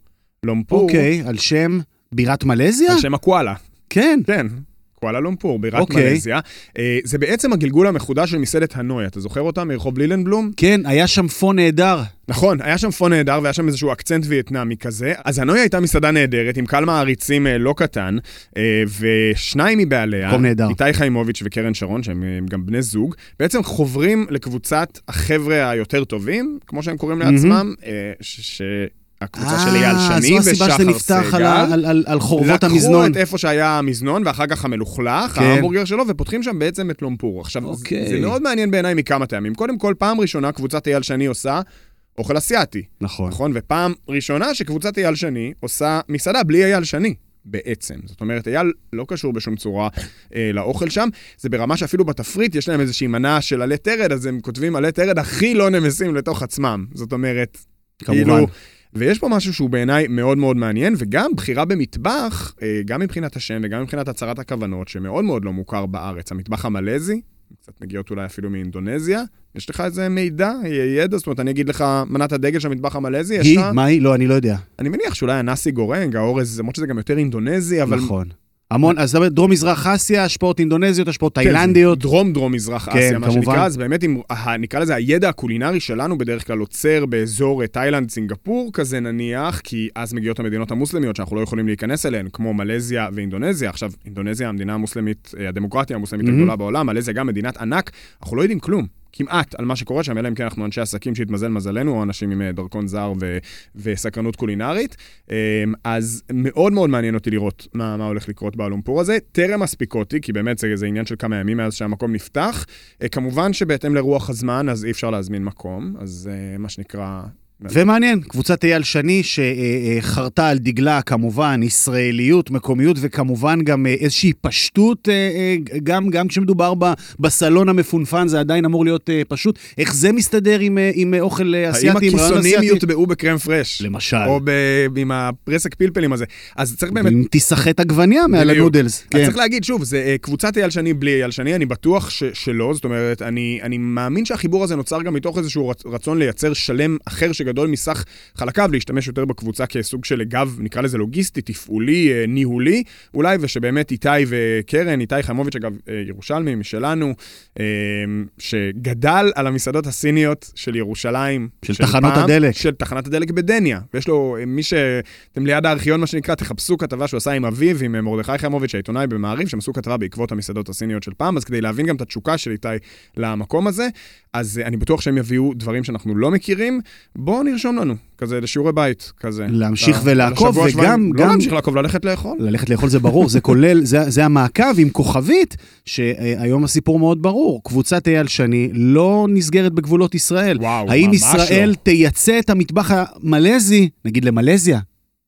A: לומפור,
B: אוקיי, על שם בירת מלזיה?
A: על שם הקואלה.
B: כן.
A: כן. קואלה לומפור, בירת okay.
B: אוקיי.
A: מלזיה. אה, זה בעצם הגלגול המחודש של מסעדת הנוי, אתה זוכר אותה מרחוב לילנבלום?
B: כן, היה שם פון נהדר.
A: נכון, היה שם פון נהדר והיה שם איזשהו אקצנט וייטנאמי כזה. אז הנוי הייתה מסעדה נהדרת, עם קהל מעריצים אה, לא קטן, אה, ושניים מבעליה,
B: מקום נהדר.
A: איתי חיימוביץ' וקרן שרון, שהם אה, גם בני זוג, בעצם חוברים לקבוצת החבר'ה היותר טובים, כמו שהם קוראים לעצמם, mm-hmm. ש... הקבוצה של אייל שני
B: אה, זו הסיבה
A: ושחר
B: שזה
A: סגל.
B: נפתח על ה- על- על- על חורבות
A: לקחו
B: המזנון.
A: את איפה שהיה המזנון, ואחר כך המלוכלך,
B: כן.
A: ההמבורגר שלו, ופותחים שם בעצם את לומפור. עכשיו,
B: אוקיי.
A: זה מאוד מעניין בעיניי מכמה טעמים. קודם כל, פעם ראשונה קבוצת אייל שני עושה אוכל אסיאתי,
B: נכון.
A: נכון? ופעם ראשונה שקבוצת אייל שני עושה מסעדה בלי אייל שני. בעצם. זאת אומרת, אייל לא קשור בשום צורה אה, לאוכל שם, זה ברמה שאפילו בתפריט יש להם איזושהי מנה של עלי תרד, אז הם כותבים עלי תרד הכי לא נמסים לתוך עצמם. זאת אומרת,
B: כמובן.
A: כאילו, ויש פה משהו שהוא בעיניי מאוד מאוד מעניין, וגם בחירה במטבח, אה, גם מבחינת השם וגם מבחינת הצהרת הכוונות, שמאוד מאוד לא מוכר בארץ. המטבח המלזי, קצת מגיעות אולי אפילו מאינדונזיה, יש לך איזה מידע, אה, ידע, זאת אומרת, אני אגיד לך, מנת הדגל של המטבח המלזי, יש
B: היא?
A: לך...
B: מה היא? לא, אני לא יודע.
A: אני מניח שאולי הנאסי גורנג, האורז, למרות שזה גם יותר אינדונזי, אבל...
B: נכון. המון, אז זאת אומרת, דרום-מזרח אסיה, השפעות אינדונזיות, השפעות
A: כן,
B: תאילנדיות.
A: דרום דרום מזרח
B: כן,
A: אסיה, מה
B: כמובן.
A: שנקרא, אז באמת, אם, ה- נקרא לזה הידע הקולינרי שלנו בדרך כלל עוצר באזור אה, תאילנד, סינגפור כזה נניח, כי אז מגיעות המדינות המוסלמיות שאנחנו לא יכולים להיכנס אליהן, כמו מלזיה ואינדונזיה. עכשיו, אינדונזיה המדינה המוסלמית, אה, הדמוקרטיה המוסלמית
B: מהמם.
A: הגדולה בעולם, מלזיה גם מדינת ענק, אנחנו לא יודעים כלום. כמעט על מה שקורה שם, אלא אם כן אנחנו אנשי עסקים שהתמזל מזלנו, או אנשים עם אה, דרכון זר ו- וסקרנות קולינרית. אמ, אז מאוד מאוד מעניין אותי לראות מה, מה הולך לקרות באלומפור הזה. טרם הספיק אותי, כי באמת זה, זה עניין של כמה ימים מאז שהמקום נפתח. אה, כמובן שבהתאם לרוח הזמן, אז אי אפשר להזמין מקום, אז אה, מה שנקרא... כן.
B: ומעניין, קבוצת אייל שני שחרתה על דגלה כמובן ישראליות, מקומיות וכמובן גם אה, איזושהי פשטות, אה, אה, גם, גם כשמדובר ב, בסלון המפונפן זה עדיין אמור להיות אה, פשוט. איך זה מסתדר עם, אה, עם אה, אוכל אה,
A: האם
B: אסיאתי, עם רעיון
A: הכיסונים
B: אסיאתי?
A: יוטבעו בקרם פרש?
B: למשל,
A: או ב... עם הפרסק פלפלים הזה. אז צריך באמת...
B: אם תיסחט עגבניה מעל
A: בדיוק.
B: הנודלס.
A: כן. אז
B: כן.
A: צריך להגיד, שוב, זה אה, קבוצת אייל שני בלי אייל שני, אני בטוח ש- שלא, זאת אומרת, אני, אני מאמין שהחיבור הזה נוצר גם מתוך איזשהו רצ- רצון לייצר שלם אחר שגדול מסך חלקיו, להשתמש יותר בקבוצה כסוג של גב, נקרא לזה לוגיסטי, תפעולי, אה, ניהולי, אולי, ושבאמת איתי וקרן, איתי חיימוביץ', אגב, אה, ירושלמי משלנו, אה, שגדל על המסעדות הסיניות של ירושלים.
B: של תחנות הדלק.
A: של תחנת הדלק בדניה. ויש לו, אה, מי ש... אתם ליד הארכיון, מה שנקרא, תחפשו כתבה שהוא עשה עם אביו, עם אה, מרדכי חיימוביץ', העיתונאי במעריב, שהם עשו כתבה בעקבות המסעדות הסיניות של פעם, אז כדי להבין גם את התשוקה של איתי למקום הזה, אז אה, אני בטוח שהם יביאו דברים שאנחנו לא מכירים. בואו נרשום לנו, כזה לשיעורי בית, כזה.
B: להמשיך
A: ל-
B: ולעקוב,
A: לשבוע,
B: וגם-
A: שבועיים. לא
B: גם-
A: להמשיך לעקוב, ללכת לאכול.
B: ללכת לאכול זה ברור, זה כולל, זה, זה המעקב עם כוכבית, שהיום הסיפור מאוד ברור. קבוצת אייל שני לא נסגרת בגבולות ישראל.
A: וואו,
B: האם
A: ממש
B: ישראל
A: לא.
B: תייצא את המטבח המלזי, נגיד למלזיה?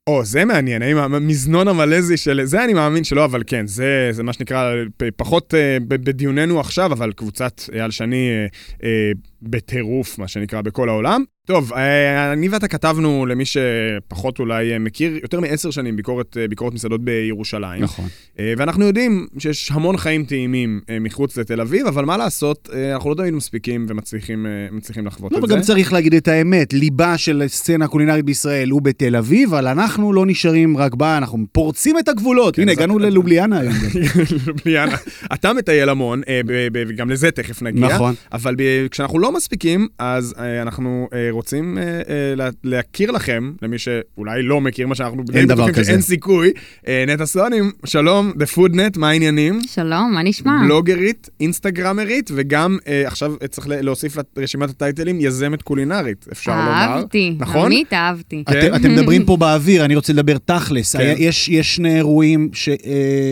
A: או, זה מעניין, האם המזנון המלזי של... זה אני מאמין שלא, אבל כן, זה, זה מה שנקרא, פ- פחות אה, ב- בדיוננו עכשיו, אבל קבוצת אייל שני אה, אה, בטירוף, מה שנקרא, בכל העולם. טוב, אה, אני ואתה כתבנו, למי שפחות אולי אה, מכיר, יותר מעשר שנים ביקורת, אה, ביקורת מסעדות בירושלים.
D: נכון.
A: אה, ואנחנו יודעים שיש המון חיים טעימים אה, מחוץ לתל אביב, אבל מה לעשות, אה, אנחנו לא תמיד מספיקים ומצליחים אה, מצליחים לחוות
B: לא,
A: את
B: אבל
A: זה.
B: גם
A: *laughs*
B: צריך להגיד את האמת, ליבה של הסצנה הקולינרית בישראל הוא בתל אביב, אבל אנחנו לא נשארים רק בה, אנחנו פורצים את הגבולות.
A: כן,
B: הנה,
A: אז
B: הגענו
A: אתה-
B: ללובליאנה
A: *laughs*
B: היום. כן? גם.
A: לובליאנה. אתה מטייל המון, אה, ב- ב- וגם לזה תכף נגיע.
B: נכון.
A: אבל ב- כשאנחנו לא מספיקים, אז אה, אנחנו אה, רוצים אה, אה, לה- להכיר לכם, למי שאולי לא מכיר מה שאנחנו די
B: דבר
A: בטוחים
B: כזה.
A: שאין סיכוי, אה, נטע סונים, שלום, The Food Net, מה העניינים?
E: שלום, מה נשמע?
A: לא בלוגרית, אינסטגרמרית, וגם אה, עכשיו צריך ל- להוסיף לרשימת הטייטלים יזמת קולינרית, אפשר לומר.
E: אהבתי,
A: נכון?
E: עמית אהבתי.
A: כן.
B: אתם, אתם
E: Mm.
B: מדברים פה באוויר, אני רוצה לדבר תכלס.
A: כן.
B: היה, יש, יש שני אירועים ש, אה,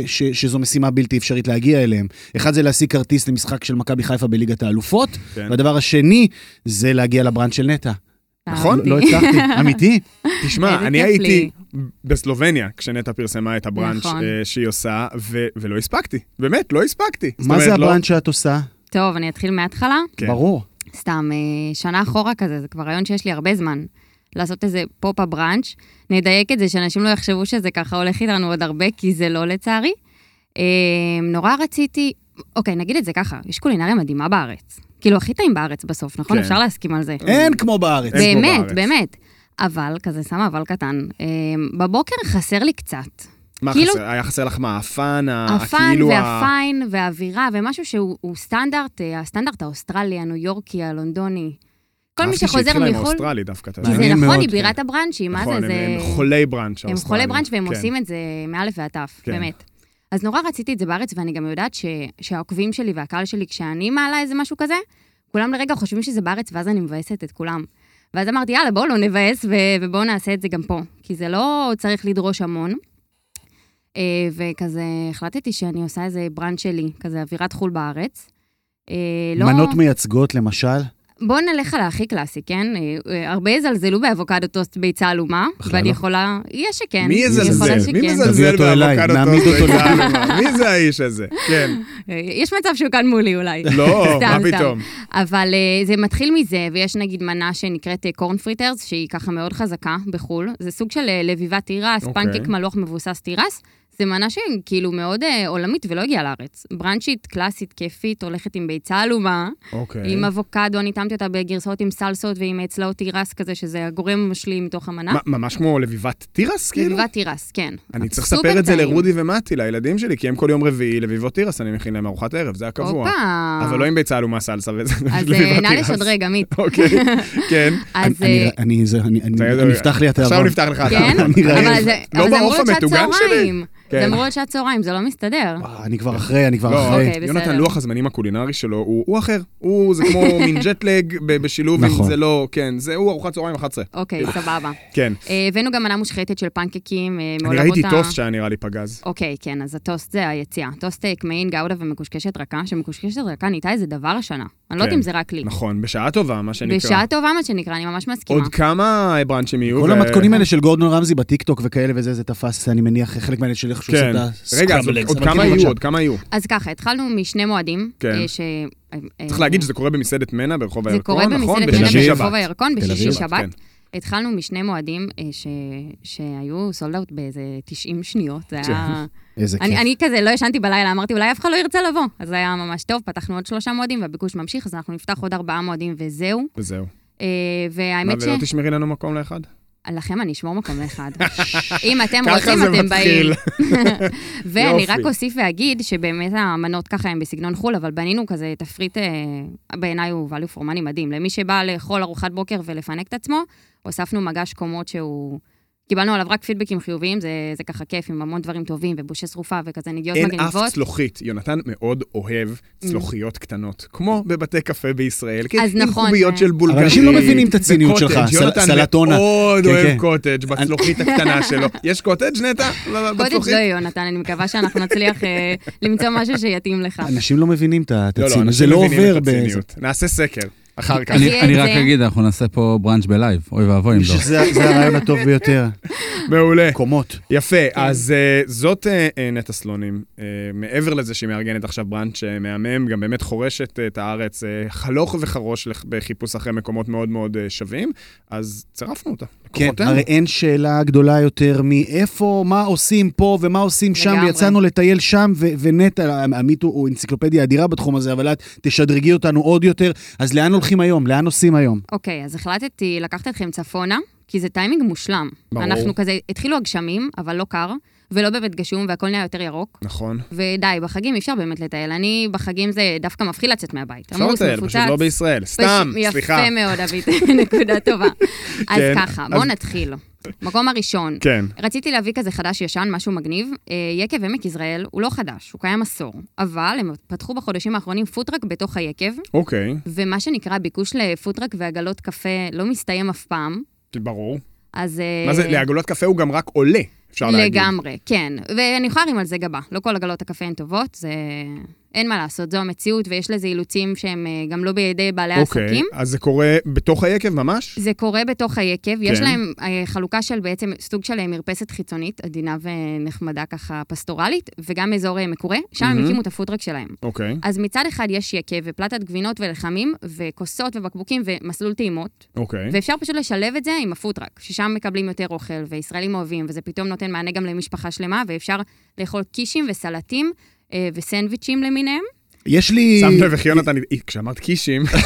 B: ש, שזו משימה בלתי אפשרית להגיע אליהם. אחד זה להשיג כרטיס למשחק של מכבי חיפה בליגת האלופות,
A: כן.
B: והדבר השני זה להגיע לבראנץ' של נטע.
A: נכון,
B: לא הצלחתי, אמיתי?
A: תשמע,
E: איזה
A: אני
E: כיף
A: הייתי בסלובניה כשנטע פרסמה את הבראנץ'
E: נכון.
A: אה, שהיא עושה, ו- ולא הספקתי. באמת, לא הספקתי. זאת
B: מה זה
A: אומרת, לא-
B: הבראנץ' שאת עושה?
E: *laughs* טוב, אני אתחיל מההתחלה.
A: כן.
B: ברור.
E: סתם, אה, שנה אחורה כזה, זה כבר רעיון שיש לי הרבה זמן. לעשות איזה פופ-אפ בראנץ', נדייק את זה, שאנשים לא יחשבו שזה ככה הולך איתנו עוד הרבה, כי זה לא לצערי. אה, נורא רציתי, אוקיי, נגיד את זה ככה, יש קולינריה מדהימה בארץ. כאילו, הכי טעים בארץ בסוף, נכון?
A: כן.
E: אפשר להסכים על זה.
B: אין כמו בארץ.
A: אין כמו
E: באמת,
A: בארץ.
E: באמת. אבל, כזה שמה אבל קטן, אה, בבוקר חסר לי קצת.
A: מה
E: כאילו-
A: חסר? היה חסר לך מה? הפאן, ה-
E: הפאן
A: כאילו ה...
E: והפיין והאווירה, ומשהו שהוא הוא סטנדרט, אה, הסטנדרט האוסטרלי, הניו יורקי, הלונדוני. כל מי
A: אהבתי שהתחילה
E: שחוזר
A: עם
E: מחו"ל,
A: האוסטרלי דווקא, אתה
E: כי
A: יודע.
E: זה
B: מעניין
E: נכון,
B: מאוד,
E: היא
B: כן.
E: בירת הבראנצ'ים, מה זה,
A: נכון, הם-
E: זה...
A: הם חולי בראנץ'
E: הם חולי בראנץ' והם
A: כן.
E: עושים את זה מאלף ועד תף,
A: כן.
E: באמת. אז נורא רציתי את זה בארץ, ואני גם יודעת ש- שהעוקבים שלי והקהל שלי, כשאני מעלה איזה משהו כזה, כולם לרגע חושבים שזה בארץ, ואז אני מבאסת את כולם. ואז אמרתי, יאללה, בואו לא נבאס ו- ובואו נעשה את זה גם פה, כי זה לא צריך לדרוש המון. אה, וכזה החלטתי שאני עושה איזה בראנץ' שלי, כזה אווירת חו"ל בארץ. אה, לא-
B: מנות מייצגות למשל?
E: בואו נלך על הכי קלאסי, כן? אה, אה, הרבה יזלזלו באבוקדו טוסט ביצה עלומה,
D: בכלל
E: ואני
D: לא.
E: יכולה... יש שכן.
A: מי
E: אני יכולה
A: יזלזל? מי
E: שכן.
A: מזלזל
B: אותו אליי,
A: באבוקדו
B: נעמיד
A: טוסט?
B: אותו
A: אתה יודע מה? כן. מי זה האיש הזה?
E: *laughs*
A: כן.
E: אה, יש מצב שהוא כאן מולי אולי. *laughs*
A: לא, מה
E: סתם, סתם.
A: פתאום.
E: אבל אה, זה מתחיל מזה, ויש נגיד מנה שנקראת קורנפריטרס, שהיא ככה מאוד חזקה בחול. זה סוג של אה, לביבת תירס,
A: אוקיי.
E: פנקק מלוח מבוסס תירס. זה מנה שהיא כאילו מאוד אה, עולמית ולא הגיעה לארץ. ברנצ'ית, קלאסית, כיפית, הולכת עם ביצה עלומה,
A: אוקיי.
E: עם אבוקדו, אני טעמתי אותה בגרסאות עם סלסות ועם אה, צלעות תירס כזה, שזה הגורם המשלים מתוך המנה.
A: מה, ממש כמו לביבת תירס, כאילו?
E: לביבת תירס, כן.
A: אני צריך
E: סופר
A: לספר את זה
E: טעים.
A: לרודי ומתי, לילדים שלי, כי הם כל יום רביעי לביבות תירס, אני מכין להם ארוחת ערב, זה הקבוע.
E: הופה.
A: אבל לא עם ביצה עלומה סלסה וזה,
E: אז
A: לביבת
E: אה, נא
A: תירס.
E: לשדרג,
A: *laughs*
E: עמית.
A: אוקיי,
E: *laughs*
A: כן.
E: אז...
B: אני-
E: אה,
B: אני, זה, אני, אני,
A: אתה יודע,
B: נפתח לי התאווה.
A: עכשיו נפתח לך התאווה. *laughs*
E: כן?
B: *laughs* אני רעב.
E: אבל זה
A: לא
E: אבל
A: בעוף
E: זה אמור להיות שעת
A: המטוגן שלי.
E: צהריים.
A: כן.
E: זה אמור להיות שעת צהריים, זה לא מסתדר.
B: אה, אני כבר אחרי, אני כבר
A: לא,
B: אחרי.
E: אוקיי, בסדר.
A: יונתן, לוח הזמנים הקולינרי שלו הוא הוא אחר. הוא, זה
E: *laughs*
A: כמו מין ג'טלג ב- בשילוב עם
D: נכון.
A: זה לא, כן, זה הוא ארוחת צהריים 11.
E: אוקיי, סבבה.
A: כן.
E: אה, הבאנו גם מנה מושחתת של פנקקים אה,
A: אני
E: מעולמות ה...
A: ראיתי טוסט שהיה נראה לי פגז.
E: אוקיי, כן, אז הטוסט זה היציאה. טוסט אה, קמעין, גאודה ומקושקשת רכה, שמקושקשת רכה נהייתה איזה דבר השנה. אני לא יודעת
A: כן.
E: אם זה רק לי.
A: נכון, בשעה טובה, מה שנקרא.
E: בשעה טובה, מה שנקרא, אני ממש מסכימה.
A: עוד כמה בראנצ'ים יהיו.
B: כל
A: ו-
B: המתכונים האלה של גורדון רמזי בטיקטוק וכאלה וזה, זה תפס, אני מניח, חלק מהאלה של איך שהוא עושה
A: כן.
B: את
A: רגע, אז עוד-
B: הסקראבלקס,
A: עוד
B: אבל
A: כמה
B: כאילו
A: יהיו,
B: למשל.
A: עוד כמה יהיו.
E: אז ככה, התחלנו משני מועדים.
A: כן.
E: אה, ש- אה,
A: צריך
E: אה,
A: להגיד שזה קורה במסעדת מנע ברחוב
E: זה
A: הירקון,
E: קורה
A: נכון?
E: במסעדת
A: בשישי
E: מנה
A: שבת.
E: ברחוב הירקון
A: תל
E: בשישי
A: אביב,
E: שבת.
A: כן.
E: התחלנו משני מועדים אה, ש... שהיו סולד אאוט באיזה 90 שניות. זה
A: כן. *laughs*
E: היה...
B: איזה
E: אני,
B: כיף.
E: אני כזה לא ישנתי בלילה, אמרתי, אולי אף אחד לא ירצה לבוא. אז זה היה ממש טוב, פתחנו עוד שלושה מועדים והביקוש ממשיך, אז אנחנו נפתח עוד ארבעה מועדים וזהו.
A: וזהו.
E: אה,
A: מה,
E: והאמת ש...
A: ולא תשמרי לנו מקום לאחד?
E: לכם אני אשמור מקום לאחד. *laughs* אם אתם
A: ככה
E: רוצים,
A: זה
E: אתם באים.
A: מתחיל.
E: ואני
A: יופי.
E: רק אוסיף ואגיד שבאמת המנות ככה הן בסגנון חו"ל, אבל בנינו כזה תפריט, אה, בעיניי הוא value for money מדהים. למי שבא לאכול ארוחת בוקר ולפנק את עצמו, הוספנו מגש קומות שהוא... קיבלנו עליו רק פידבקים חיוביים, זה, זה ככה כיף, עם המון דברים טובים, ובושי שרופה וכזה נגיעות
A: אין אף
E: מגניבות. Mm.
A: צלוחית. יונתן מאוד אוהב צלוחיות קטנות, כמו בבתי קפה בישראל. כן,
E: אז
A: עם
E: נכון,
A: חוביות
E: אה.
A: של בולגרית.
B: אבל אנשים לא מבינים את הציניות
A: וקוטג'.
B: שלך, סל-
A: יונתן
B: סלט טונה.
A: מאוד
B: כן,
A: אוהב
B: כן.
A: קוטג' בצלוחית הקטנה
E: *laughs*
A: שלו. יש קוטג', נטע? לא,
E: קודם
A: בצלוחית?
E: לא יונתן, אני מקווה שאנחנו נצליח אה, למצוא משהו שיתאים לך.
B: אנשים לא מבינים את ה- את
A: לא, לא,
B: הציניות,
A: אנשים
B: זה לא
A: מבינים
B: עובר
A: את
B: באיזה...
A: הציניות. נעשה סקר, אחר כך.
D: אני אני
E: את
D: רק
E: זה.
D: אגיד, אנחנו נעשה פה בראנץ' בלייב, אוי ואבוי אם
B: אני
D: לא.
B: חושב שזה זה הרעיון הטוב
A: *laughs*
B: ביותר.
A: מעולה.
B: קומות.
A: יפה, אז אה, זאת אה, אה, נטע סלונים. אה, מעבר לזה שהיא מארגנת עכשיו בראנץ' אה, מהמם, גם באמת חורשת אה, את הארץ אה, חלוך וחרוש לח- בחיפוש אחרי מקומות מאוד מאוד אה, שווים, אז צירפנו אותה.
B: כן,
A: לקוחותינו.
B: הרי אין שאלה גדולה יותר מאיפה, מה עושים פה ומה עושים שם,
E: לגמרי.
B: ויצאנו לטייל שם, ו- ונטע, עמית הוא הוא אנציקלופדיה אדירה בתחום הזה, אבל את תשדרגי אותנו עוד יותר, אז לאן הולכים היום? לאן נוסעים היום?
E: אוקיי, אז החלטתי לקחת אתכם צפונה, כי זה טיימינג מושלם.
A: ברור.
E: אנחנו כזה, התחילו הגשמים, אבל לא קר, ולא באמת גשום, והכל נהיה יותר ירוק.
A: נכון.
E: ודי, בחגים אי אפשר באמת לטייל. אני, בחגים זה דווקא מפחיד לצאת מהבית.
A: אפשר
E: עמוס,
A: לטייל,
E: מפוצץ.
A: פשוט לא בישראל. סתם,
E: פש-
A: סליחה.
E: יפה מאוד, אבית, *laughs* נקודה טובה. אז
A: כן,
E: ככה, בואו
A: אז-
E: נתחיל. מקום הראשון.
A: כן.
E: רציתי להביא כזה חדש-ישן, משהו מגניב. אה, יקב עמק יזרעאל הוא לא חדש, הוא קיים עשור, אבל הם פתחו בחודשים האחרונים פוטראק בתוך היקב,
A: אוקיי,
E: ומה שנקרא ביקוש לפוטראק ועגלות קפה לא מסתיים אף פעם.
A: ברור.
E: אז... אה,
A: מה זה, לעגלות קפה הוא גם רק עולה, אפשר להגיד.
E: לגמרי, כן. ואני יכולה להרים על זה גבה. לא כל עגלות הקפה הן טובות, זה... אין מה לעשות, זו המציאות, ויש לזה אילוצים שהם אה, גם לא בידי בעלי
A: אוקיי,
E: העסקים.
A: אז זה קורה בתוך היקב ממש?
E: זה קורה בתוך היקב, כן. יש
A: כן.
E: להם אה, חלוקה של בעצם סוג של אה, מרפסת חיצונית, עדינה ונחמדה ככה פסטורלית, וגם אזור אה, מקורה, שם הם
A: מהמם.
E: הקימו את הפודטרק שלהם.
A: אוקיי,
E: אז מצד אחד יש יקב ופלטת גבינות ולחמים, וכוסות ובקבוקים ומסלול טעימות,
A: אוקיי.
E: ואפשר פשוט לשלב את זה עם הפודטראק, ששם מקבלים יותר אוכל, וישראלים אוהבים, וזה פתאום נותן מענה גם למשפחה שלמה, ואפשר לאכול קישים וסלטים אה, וסנדוויצ'ים
A: *laughs*
E: למיניהם.
B: יש לי...
A: שם לב איך יונתן, כשאמרת קישים, כן.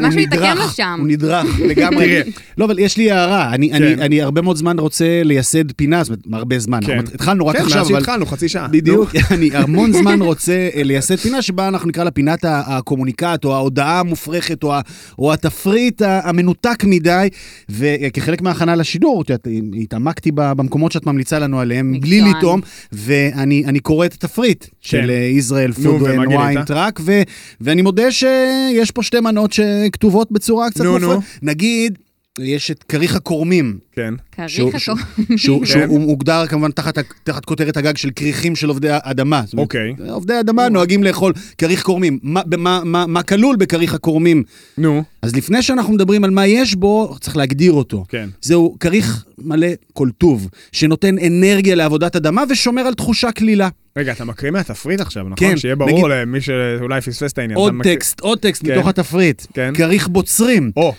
E: משהו
B: הוא
E: התעכב לו
B: נדרך,
E: שם.
B: הוא נדרך לגמרי.
A: תראה.
B: לא, אבל יש לי הערה. אני, אני, אני הרבה מאוד זמן רוצה לייסד פינה, זאת אומרת, הרבה זמן.
A: כן.
B: אנחנו התחלנו רק
A: כן,
B: עכשיו,
A: מאז
B: אבל...
A: שהתחלנו, חצי שעה.
B: בדיוק, *laughs* אני המון זמן רוצה אה, לייסד פינה שבה אנחנו נקרא לה פינת ה- הקומוניקט, או ההודעה המופרכת, או ה- או התפריט ה- המנותק מדי, וכחלק מההכנה לשידור, את יודעת, התעמקתי ב- במקומות שאת ממליצה לנו עליהם, בלי
E: מקצוען.
B: לטעום, ואני אני קורא את התפריט של אה, ישראל
A: כן. נו,
B: פוד
A: ומה
B: אנד
A: גילית?
B: ויין טראק, ו- ואני מודה שיש פה שתי מנות שכתובות בצורה קצת
A: נו, נו.
B: מופרכת. נגיד... יש את כריך הקורמים,
A: כן.
B: שהוא-
E: כריך
B: שהוא-
E: הכול.
B: שהוא
A: כן.
B: שהוא הוגדר כמובן תחת ה- תחת כותרת הגג של כריכים של עובדי האדמה. זאת אומרת,
A: אוקיי.
B: עובדי האדמה נוהגים לאכול כריך קורמים. מה- במה- מה מה כלול בכריך הקורמים?
A: נו.
B: אז לפני שאנחנו מדברים על מה יש בו, צריך להגדיר אותו.
A: כן.
B: זהו כריך מלא כל טוב, שנותן אנרגיה לעבודת אדמה ושומר על תחושה קלילה.
A: רגע, אתה מקריא מהתפריט עכשיו, נכון?
B: כן,
A: שיהיה
B: נגיד-
A: ברור למי שאולי פספס את העניין.
B: עוד
A: אתה מקריא-
B: טקסט, עוד טקסט
A: כן.
B: מתוך התפריט.
A: כן.
B: כריך בוצרים.
A: או,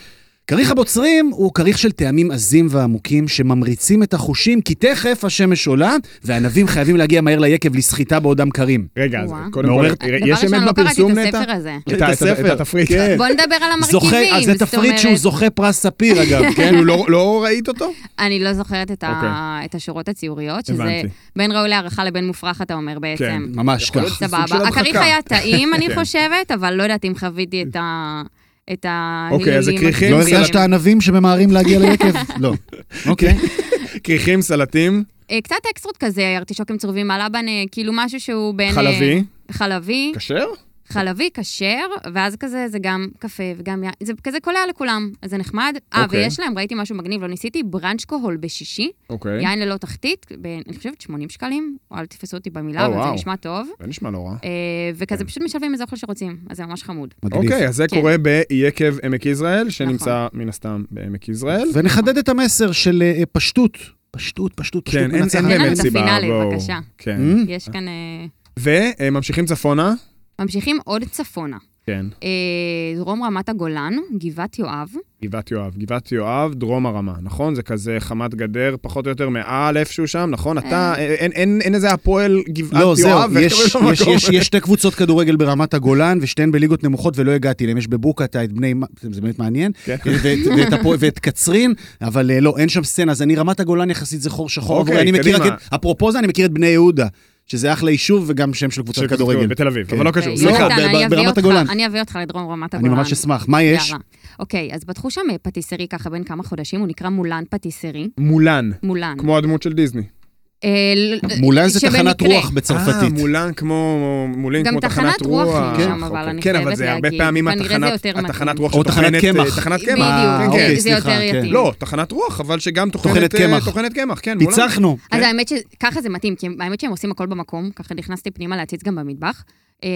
B: כריך הבוצרים הוא כריך של טעמים עזים ועמוקים שממריצים את החושים, כי תכף השמש עולה, והענבים חייבים להגיע מהר ליקב לסחיטה בעודם קרים.
A: רגע, אז
E: וואו.
A: קודם
B: מעורר-
A: כל, יש
E: דבר
A: אמת
E: ראשון, לא קראתי
A: בפרסום,
E: את
A: נטע?
E: הספר הזה.
A: את ה- את הספר. את התפריט. *laughs*
B: כן.
E: בוא נדבר על המרכיבים,
B: זוכה, אז זה
E: זאת
B: תפריט שהוא
E: אומרת-
B: זוכה פרס ספיר, אגב, כן?
A: כאילו, לא- לא ראית אותו?
E: אני לא זוכרת את, ה... את השורות הציוריות, שזה
A: אוקיי. הבנתי.
E: בין ראוי להערכה לבין מופרך, אתה אומר בעצם.
A: כן.
B: ממש כך.
A: סוג של
E: סבבה. הכריך
A: הדחקה.
E: היה טעים, אני
A: כן.
E: חושבת, אבל לא יודעת אם חוויתי את ה... את ההילים.
A: אוקיי, אז זה כריכים,
B: לא
A: סלט.
B: הרגשת ענבים שממהרים להגיע ליקב? לא. *laughs* אוקיי.
A: כריכים, סלטים,
E: אה, קצת אקסטרות כזה, ארטישוקים צרובים על אבן, אה, כאילו משהו שהוא בין... אה,
A: חלבי?
E: חלבי,
A: כשר?
E: חלבי כשר, ואז כזה זה גם קפה וגם... י- זה כזה קולע לכולם, אז זה נחמד. אה,
A: אוקיי.
E: ויש להם, ראיתי משהו מגניב, לא ניסיתי, ברנצ'קוהול בשישי,
A: אוקיי.
E: יין ללא תחתית, ב- אני חושבת 80 שקלים, או אל תתפסו אותי במילה,
A: או,
E: אבל זה
A: וואו.
E: נשמע טוב.
A: זה נשמע לא רע.
E: אה, וכזה פשוט משלבים איזה אוכל שרוצים, אז זה ממש חמוד.
B: מגניב.
A: אוקיי, אז זה
E: כן. נכון.
A: קורה ביקב עמק יזרעאל, שנמצא מן הסתם בעמק יזרעאל.
B: ונחדד את המסר של אה, פשטות. פשטות, פשטות, פשטות
A: כן, אין-
B: מנצחת.
A: אין
E: תן לנו
A: באמת
E: את
A: סיבה,
E: הפינאלה,
A: בואו.
E: בבקשה.
A: כן.
B: Mm?
E: יש כאן... אה,
A: וממשיכים צפונה.
E: ממשיכים עוד צפונה.
A: כן.
E: אה, דרום רמת הגולן, גבעת יואב.
A: גבעת יואב. גבעת יואב, דרום הרמה, נכון? זה כזה חמת גדר, פחות או יותר מעל איפשהו שם, נכון?
E: כן.
A: אתה, אין- אין אין איזה הפועל גבעת
B: לא, זהו,
A: יואב,
B: יש,
A: איך קוראים
B: יש,
A: למקום?
B: יש, יש שתי קבוצות כדורגל ברמת הגולן, ושתיהן בליגות נמוכות ולא הגעתי אליהן. יש בבוקעתא את בני... מ- זה באמת מעניין.
A: כן.
B: ואת, ואת, הפו- ואת קצרין, אבל אה, לא, אין שם סצנה. אז אני, רמת הגולן יחסית זה חור שחור.
A: אוקיי,
B: אבל אני מכיר
A: קדימה.
B: רק את... אפרופו זה, אני מכיר את בני יהודה, שזה אחלה יישוב וגם שם של קבוצת כדורגל.
A: בתל אביב,
B: כן.
A: אבל לא קשור.
E: אה,
B: סליחה,
E: יונתן,
B: ב-
E: אני
B: ב-
E: אביא
B: ברמת
E: אותך-
B: הגולן.
E: אני אביא אותך לדרום רמת
B: אני
E: הגולן.
B: ממש אשמח. מה יש?
E: יאללה. אוקיי, אז פתחו שם אה, פטיסרי ככה בין כמה חודשים, הוא נקרא מולן פטיסרי.
A: מולן,
E: מולן.
A: כמו הדמות של דיסני.
E: אה, ל-
B: מולן זה
E: שבמקרה-
B: תחנת רוח
A: אה,
B: בצרפתית.
A: מולן כמו מולין,
E: גם
A: כמו
E: תחנת
A: תחנת
E: רוח יש
A: כן,
E: שם, אבל
A: אוקיי.
E: אני
A: כן, אבל
E: חייבת
A: זה הרבה
E: להגיד,
A: פעמים
E: כנראה זה
A: התחנת
E: יותר
A: התחנת
E: מתאים.
A: רוח
B: או תחנת
A: שטוחנת,
B: קמח.
A: אה, תחנת
E: בדיוק,
A: קמח. כן,
B: אוקיי,
A: כן.
E: זה יותר
B: סליחה, כן.
E: יתאים.
A: לא, תחנת רוח, אבל שגם
B: טוחנת
A: טוחנת אה,
B: קמח.
A: טוחנת קמח, כן, מולן.
B: ניצחנו. כן.
E: אז האמת שככה זה מתאים, כי האמת שהם עושים הכל במקום, ככה נכנסתי פנימה להציץ גם במטבח. אה,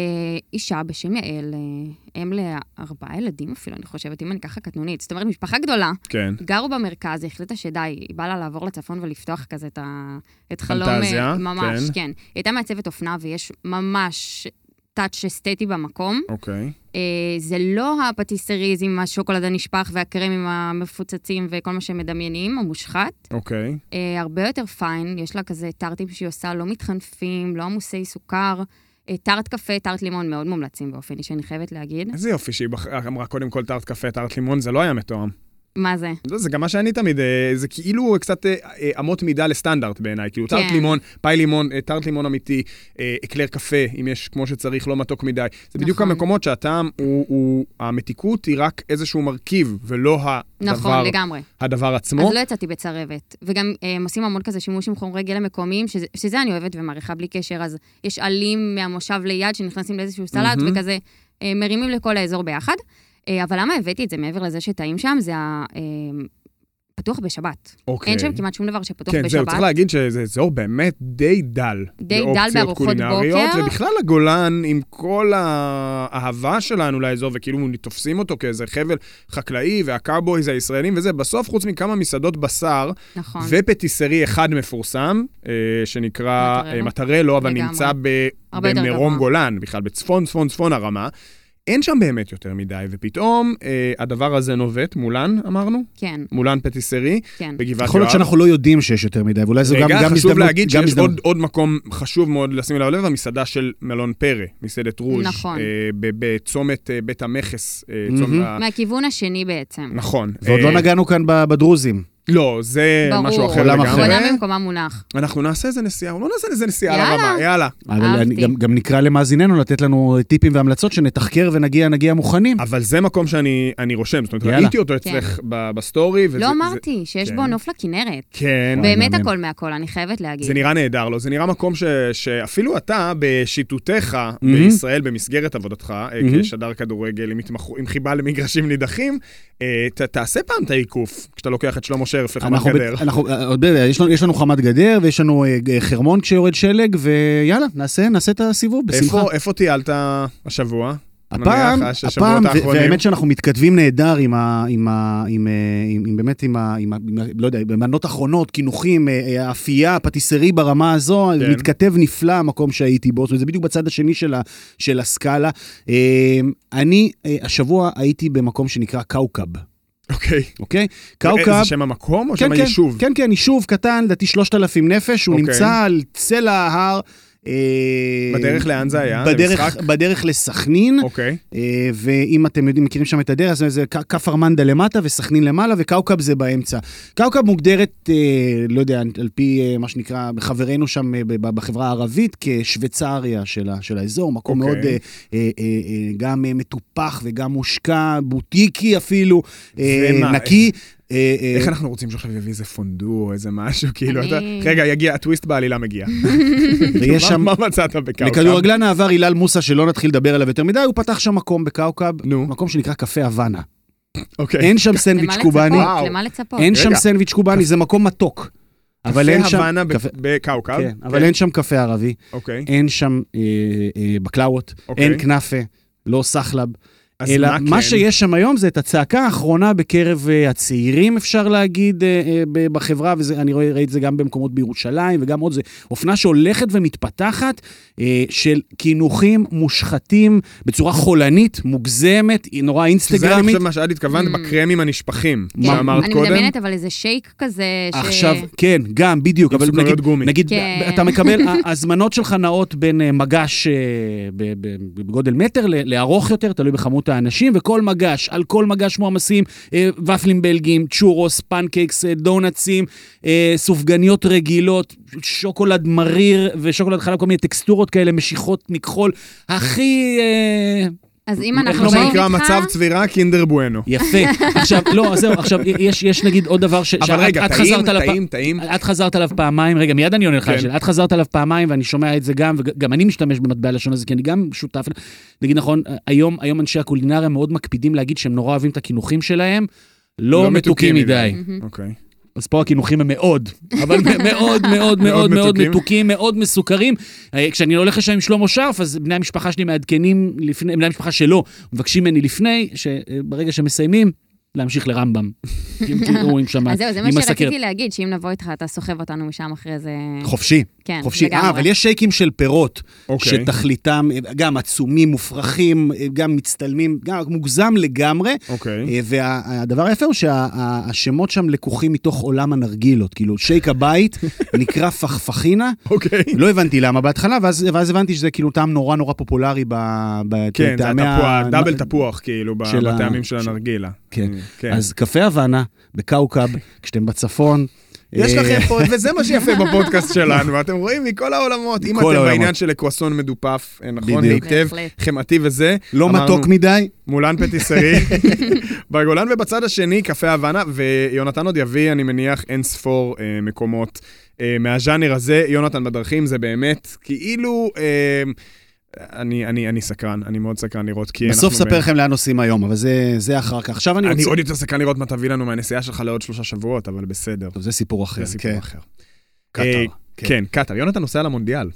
E: אישה בשם יעל, אה, אם לארבעה ילדים אפילו, אני חושבת, אם אני ככה קטנונית. זאת אומרת, משפחה גדולה,
A: כן.
E: גרו במרכז, היא החליטה שדי, היא באה לה לעבור לצפון ולפתוח כזה את, ה... את חלום...
A: פנטזיה,
E: אה, ממש,
A: כן.
E: כן. היא הייתה מעצבת אופנה ויש ממש טאץ' אסתטי במקום.
A: אוקיי.
E: אה, זה לא הפטיסריז עם השוקולד הנשפך והקרמים המפוצצים וכל מה שמדמיינים, המושחת.
A: אוקיי.
E: אה, הרבה יותר פיין, יש לה כזה טארטים שהיא עושה, לא מתחנפים, לא עמוסי סוכר. אה, טארט קפה, טארט לימון, מאוד מומלצים באופן אישי, אני חייבת להגיד.
A: איזה יופי שהיא בח- אמרה קודם כל טארט קפה, טארט לימון, זה לא היה מתואם.
E: מה זה?
A: לא, זה גם מה שאני תמיד, אה, זה כאילו קצת אה, אה, אמות מידה לסטנדרט בעיניי, כאילו
E: כן.
A: טארט לימון, פאי לימון, אה, טארט לימון אמיתי, אה, אקלר קפה, אם יש כמו שצריך, לא מתוק מדי. זה בדיוק
E: נכון.
A: המקומות שהטעם הוא, הוא, המתיקות היא רק איזשהו מרכיב, ולא
E: נכון,
A: הדבר,
E: לגמרי.
A: הדבר עצמו.
E: אז לא יצאתי בצרבת. וגם אה, הם עושים המון כזה שימוש עם חומרי גלם מקומיים, שזה- שזה אני אוהבת ומעריכה בלי קשר, אז יש עלים מהמושב ליד שנכנסים לאיזשהו סלט,
A: מהמם.
E: וכזה אה, מרימים לכל האזור ביחד. אה, אבל למה הבאתי את זה מעבר לזה שטעים שם? זה ה- אה, פתוח בשבת.
A: אוקיי.
E: אין שם כמעט שום דבר שפתוח
A: כן, זהו,
E: בשבת.
A: צריך להגיד שזה אזור באמת די דל.
E: די
A: באופציות
E: דל בארוחות
A: קולינריות,
E: בוקר.
A: ובכלל הגולן, עם כל האהבה שלנו לאזור, וכאילו תופסים אותו כאיזה חבל חקלאי, והקאובויז הישראלים וזה, בסוף, חוץ מכמה מסעדות בשר,
E: נכון.
A: ופטיסרי אחד מפורסם, אה, שנקרא
E: מטרלו.
A: אה, מטרלו, אבל
E: לגמרי.
A: נמצא ב-
E: הרבה יותר
A: במרום
E: גבוה.
A: גולן, בכלל בצפון, צפון, צפון הרמה. אין שם באמת יותר מדי, ופתאום אה, הדבר הזה נובט, מולן אמרנו?
E: כן,
A: מולן פטיסרי,
E: כן.
A: בגבעת יואב.
B: יכול להיות שאנחנו לא יודעים שיש יותר מדי, ואולי זו גם גם
A: רגע,
B: הזדמנות.
A: חשוב להגיד
B: גם
A: שיש
B: הזדמנות.
A: עוד, עוד מקום חשוב מאוד לשים אליו לב, המסעדה של מלון פרא, מסעדת רוז',
E: נכון.
A: אה, ב- בצומת אה, בית המכס, אה, צומת...
B: מהמם.
A: ה-
E: מהכיוון השני בעצם.
A: נכון.
B: ועוד
A: אה,
B: לא נגענו כאן ב- בדרוזים.
A: לא, זה
E: ברור.
A: משהו אחר
B: עולם
A: לגמרי.
B: אחר.
E: כבודם במקומה מונח.
A: אנחנו נעשה איזה נסיעה, או לא נעשה איזה נסיעה על
E: יאללה.
A: הבמה, יאללה.
B: אבל
E: אהבתי.
B: אני- גם- גם נקרא למאזיננו לתת לנו טיפים והמלצות, שנתחקר ונגיע, נגיע מוכנים.
A: אבל זה מקום שאני אני רושם, זאת אומרת,
B: יאללה.
A: ראיתי אותו אצלך ב- בסטורי. וזה-
E: כן. לא
A: זה-
E: אמרתי שיש
A: כן.
E: בו נוף לכנרת.
A: כן.
B: וואי,
E: באמת
B: מהמם.
E: הכל מהכל, אני חייבת להגיד.
A: זה נראה נהדר לו, זה נראה מקום ש, שאפילו אתה, בשיטוטיך mm-hmm.
B: מהמם.
A: בישראל, במסגרת עבודתך, mm-hmm.
B: מהמם.
A: כשדר כדורגל עם, התמח... עם חיבה למגרשים נידחים, אה, ת, תעשה פעם את העיקוף, כשאתה לוקח את שלמה שרף לחמת
B: אנחנו,
A: גדר.
B: ב- אנחנו, אה, עודד, יש לנו, יש לנו חמת גדר ויש לנו אה, ג- חרמון כשיורד שלג, ויאללה, נעשה, נעשה את הסיבוב בשמחה.
A: איפה, איפה טיילת השבוע?
B: הפעם,
A: נניח, השבועות
B: הפעם, ו-
A: האחרונים.
B: והאמת שאנחנו מתכתבים נהדר עם ה... עם ה... עם, אה, עם, עם באמת, עם ה... עם ה... עם ה- לא יודע, במנות אחרונות, קינוחים, אה, אה, אפייה, פטיסרי ברמה הזו,
A: כן.
B: מתכתב נפלא המקום שהייתי בו, זאת אומרת, זה בדיוק בצד השני של, ה... של הסקאלה. אה, אני אה, השבוע הייתי במקום שנקרא קאוקב,
A: אוקיי.
B: אוקיי?
A: זה
B: קאוקב...
A: שם המקום או
B: כן,
A: שם
B: כן,
A: היישוב?
B: כן, כן, יישוב קטן, לדעתי 3,000 נפש, הוא
A: אוקיי.
B: נמצא על צלע ההר. אה,
A: בדרך לאן זה היה?
B: בדרך-
A: למשחק?
B: בדרך לסכנין,
A: אוקיי.
B: אה, ואם אתם יודעים, מכירים שם את הדרך, אז זה ק- כפר מנדה למטה וסכנין למעלה, וקאוקב זה באמצע. קאוקב מוגדרת, אה, לא יודע, על פי אה, מה שנקרא, חברינו שם אה, ב- ב- בחברה הערבית, כשוויצריה של, ה- של האזור, מקום okay.
A: אוקיי.
B: מאוד אה, אה, אה, אה, גם אה, מטופח וגם מושקע, בוטיקי אפילו, אה,
A: ומה,
B: נקי. אה, אה,
A: איך אנחנו רוצים שעכשיו יביא איזה פונדו או איזה משהו, כאילו, אתה...
E: אני-
A: רגע, יגיע, הטוויסט בעלילה מגיע.
B: ויש
A: *laughs* מה-
B: שם-
A: מה מצאת בקאוקאפ?
B: לכדורגלן העבר הילל מוסא, שלא נתחיל לדבר עליו יותר מדי, הוא פתח שם מקום בקאוקב,
A: נו.
B: מקום שנקרא קפה הוואנה.
A: אוקיי.
B: אין שם סנדוויץ'
E: למה
B: קובאני,
A: וואו.
E: לצפות? למה לצפות?
B: אין שם
A: רגע.
B: סנדוויץ' קובאני, זה מקום מתוק. אבל אין שם...
A: קפה הוואנה ב-
B: קפה-
A: בקאוקאב.
B: כן, אבל אין שם קפה ערבי,
A: אוקיי.
B: אין שם אה, אה, בקלאוות,
A: אוקיי.
B: אין כנאפה, לא סחלב.
A: אז
B: אלא
A: מה
B: מה
A: כן?
B: שיש שם היום זה את הצעקה האחרונה בקרב אה, הצעירים, אפשר להגיד, אה, אה, ב- בחברה, ואני רואה את זה גם במקומות בירושלים וגם עוד, זה אופנה שהולכת ומתפתחת אה, של קינוחים מושחתים בצורה חולנית, מוגזמת, היא נורא
A: שזה אני
B: אינסטגרמית.
A: חושב מה שאת התכוונת בקרמים הנשפכים,
E: Hmm. כן,
A: שאמרת
E: אני
A: קודם.
E: מדמיינת אבל איזה שייק כזה, ש...
B: עכשיו, כן, גם, בדיוק.
A: עם
B: אבל
A: סוכריות
B: נגיד,
A: גומי.
B: נגיד,
E: כן.
B: אתה מקבל, ה- ההזמנות שלך נעות בין אה, מגש אה, ב- ב- בגודל מטר ל- לארוך יותר, תלוי בכמות האנשים, וכל מגש, על כל מגש מועמסים, אה, ופלים בלגים, צ'ורוס, פנקייקס, אה, דונצים, אה, סופגניות רגילות, שוקולד מריר ושוקולד חלב, כל מיני טקסטורות כאלה, משיכות מכחול, הכי... אה,
E: אז אם
B: איך
E: אנחנו
A: מה
B: לא
E: באים
A: שנקרא
E: איתך...
A: מצב צבירה קינדר בואנו.
B: יפה. עכשיו, לא, אז זהו, עכשיו, יש, יש נגיד עוד דבר ש...
A: אבל
B: שאת-
A: רגע,
B: את
A: טעים,
B: חזרת לפ-
A: טעים, טעים.
B: את חזרת עליו פעמיים, רגע, מיד אני עונה לך על
A: כן.
B: השאלה. את חזרת עליו פעמיים, ואני שומע את זה גם, וגם אני משתמש במטבע לשון הזה, כי אני גם שותף. נגיד נכון, היום, היום אנשי הקולינריה מאוד מקפידים להגיד שהם נורא אוהבים את הקינוחים שלהם, לא,
A: לא מתוקים
B: מתוקים
A: מדי.
B: מדי.
A: אוקיי.
B: אז פה הקינוחים הם מאוד, אבל *laughs* מאוד מאוד מאוד מאוד
A: מתוקים.
B: מתוקים, מאוד מסוכרים. אה, כשאני הולך לשם עם שלמה שרף, אז בני המשפחה שלי מעדכנים לפני, בני המשפחה שלו, מבקשים ממני לפני, שברגע שמסיימים, להמשיך לרמב"ם. *laughs* אם תראו, אם שמעת,
E: אז זהו, זה
B: עם
E: מה
B: הסכרת.
E: שרציתי להגיד, שאם נבוא איתך, אתה סוחב אותנו משם אחרי זה.
B: חופשי.
E: כן,
B: חופשי.
E: לגמרי.
B: אה, אבל יש שייקים של פירות,
A: אוקיי.
B: שתכליתם אה, גם עצומים, מופרכים, אה, גם מצטלמים, גם מוגזם לגמרי.
A: אוקיי.
B: אה, וה- והדבר היפה הוא שהשמות שם לקוחים מתוך עולם הנרגילות. כאילו, שייק
A: *laughs*
B: הבית נקרא פחפחינה.
A: אוקיי.
B: לא הבנתי למה בהתחלה, ואז, ואז הבנתי שזה כאילו טעם נורא נורא פופולרי ב- בטעמי
A: כן, זה
B: ה-
A: התפוח, דאבל תפוח, כאילו, ב-
B: של ה-
A: בטעמים של
B: של-
A: הנרגילה.
B: כן.
A: אה,
B: אז קפה הוואנה,
A: *laughs*
B: בקאוקב, כשאתם בצפון.
A: יש
B: אה,
A: לכם פה,
B: *laughs*
A: וזה מה שיפה בפודקאסט שלנו, אתם רואים מכל העולמות. אם
B: מכל
A: אתם
B: העולמות.
A: בעניין של קרואסון מדופף, אה, נכון,
B: בדיוק.
A: היטב,
E: בהחלט.
A: חמאתי וזה.
B: לא
A: אמרנו,
B: מתוק מדי.
A: מולן פטיסרי, בגולן ובצד השני קפה הוואנה, ויונתן עוד יביא, אני מניח, אין ספור אה, מקומות אה, מהז'אנר הזה. יונתן בדרכים זה באמת כאילו... אה, אני, אני, אני סקרן, אני מאוד סקרן לראות, כי כן, אנחנו...
B: בסוף ספר לכם לאן נוסעים היום, אבל זה, זה אחר כך. עכשיו אני
A: אני
B: רוצה...
A: עוד יותר סקרן לראות מה תביא לנו מהנסיעה שלך לעוד שלושה שבועות, אבל בסדר.
B: טוב, זה סיפור אחר.
A: זה סיפור
B: כן.
A: אחר.
B: קטר.
A: אה,
B: כן.
A: כן, קטר. יונתן נוסע למונדיאל.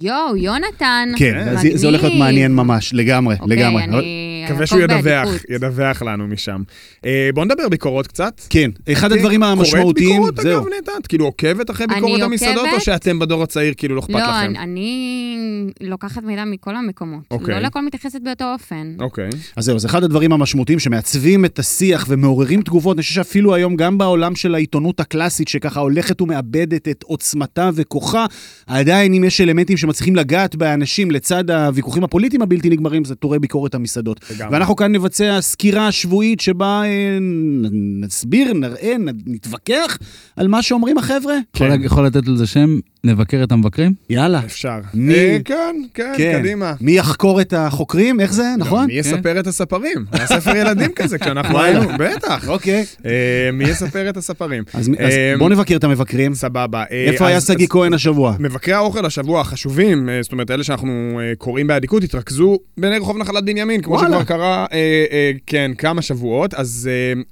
E: יואו, יונתן.
B: כן, אז זה, זה הולך להיות
E: מגניב.
B: מעניין ממש, לגמרי,
E: אה, אוקיי,
B: לגמרי. אבל-
E: אני...
A: מקווה
E: אעקוב
A: שהוא ידווח,
E: באדיקות.
A: ידווח לנו משם. אה, בוא נדבר ביקורות קצת.
B: כן, אחד הדברים המשמעותיים,
A: קוראת ביקורות,
B: זהו.
A: אגב, נטע? את כאילו עוקבת אחרי
E: אני
A: ביקורת המסעדות, או
E: עוקבת.
A: שאתם בדור הצעיר כאילו לא אכפת
E: לא,
A: לכם?
E: אני- אני לוקחת מידע מכל המקומות.
A: אוקיי.
E: לא לכל מתייחסת באותו אופן.
A: אוקיי.
B: אז זהו, אז אחד הדברים המשמעותיים שמעצבים את השיח ומעוררים תגובות, אני חושב שאפילו היום, גם בעולם של העיתונות הקלאסית, שככה הולכת ומאבדת את עוצמתה וכוחה, עדיין אם יש אלמנטים שמצליחים לגעת באנשים לצד הוויכוחים הפוליטיים הבלתי נגמרים, זה טורי ביקורת המסעדות.
A: לגמרי.
B: ואנחנו כאן נבצע סקירה שבועית שבה אה, נ- נסביר, נראה, נ- נתווכח על מה שאומרים החבר'ה.
A: כן.
D: יכול להג- יכול לתת לזה שם, נבקר את המבקרים?
B: יאללה.
A: אפשר.
B: מי-
A: אה, כן, כן, קדימה.
B: מי יחקור את החוקרים? איך זה, נכון?
A: מי יספר את הספרים? היה ספר ילדים כזה כשאנחנו
B: וואלה.
A: היינו, בטח.
B: אוקיי.
A: אה, מי יספר את הספרים?
B: אז אז
A: אה,
B: בואו נבקר את המבקרים.
A: סבבה. אה,
B: איפה היה
A: אז-
B: שגיא
A: אז-
B: כהן השבוע?
A: מבקרי האוכל השבוע החשובים, אה, זאת אומרת, אלה שאנחנו אה, קוראים באדיקות, התרכזו בעיני רחוב נחלת בנימין, כמו
B: וואלה.
A: שכבר קרה, אה, אה, כן, כמה שבועות. אז אה,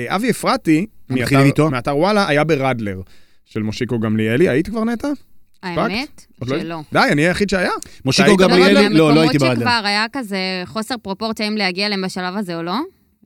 A: אה, אבי אפרתי,
B: מתחילים
A: מאתר-
B: איתו?
A: מאתר וואלה, היה ברדלר של מושיקו גמליאלי. היית כבר נטע?
E: האמת,
A: עוד לא היית?
E: שלא.
A: די, אני היחיד שהיה. אתה
B: מושיקו
A: היית
B: גבריאלי?
E: מהמקומות
B: לא, לא הייתי ברדיו.
E: שכבר היה כזה חוסר פרופורציה אם להגיע אליהם בשלב הזה או לא.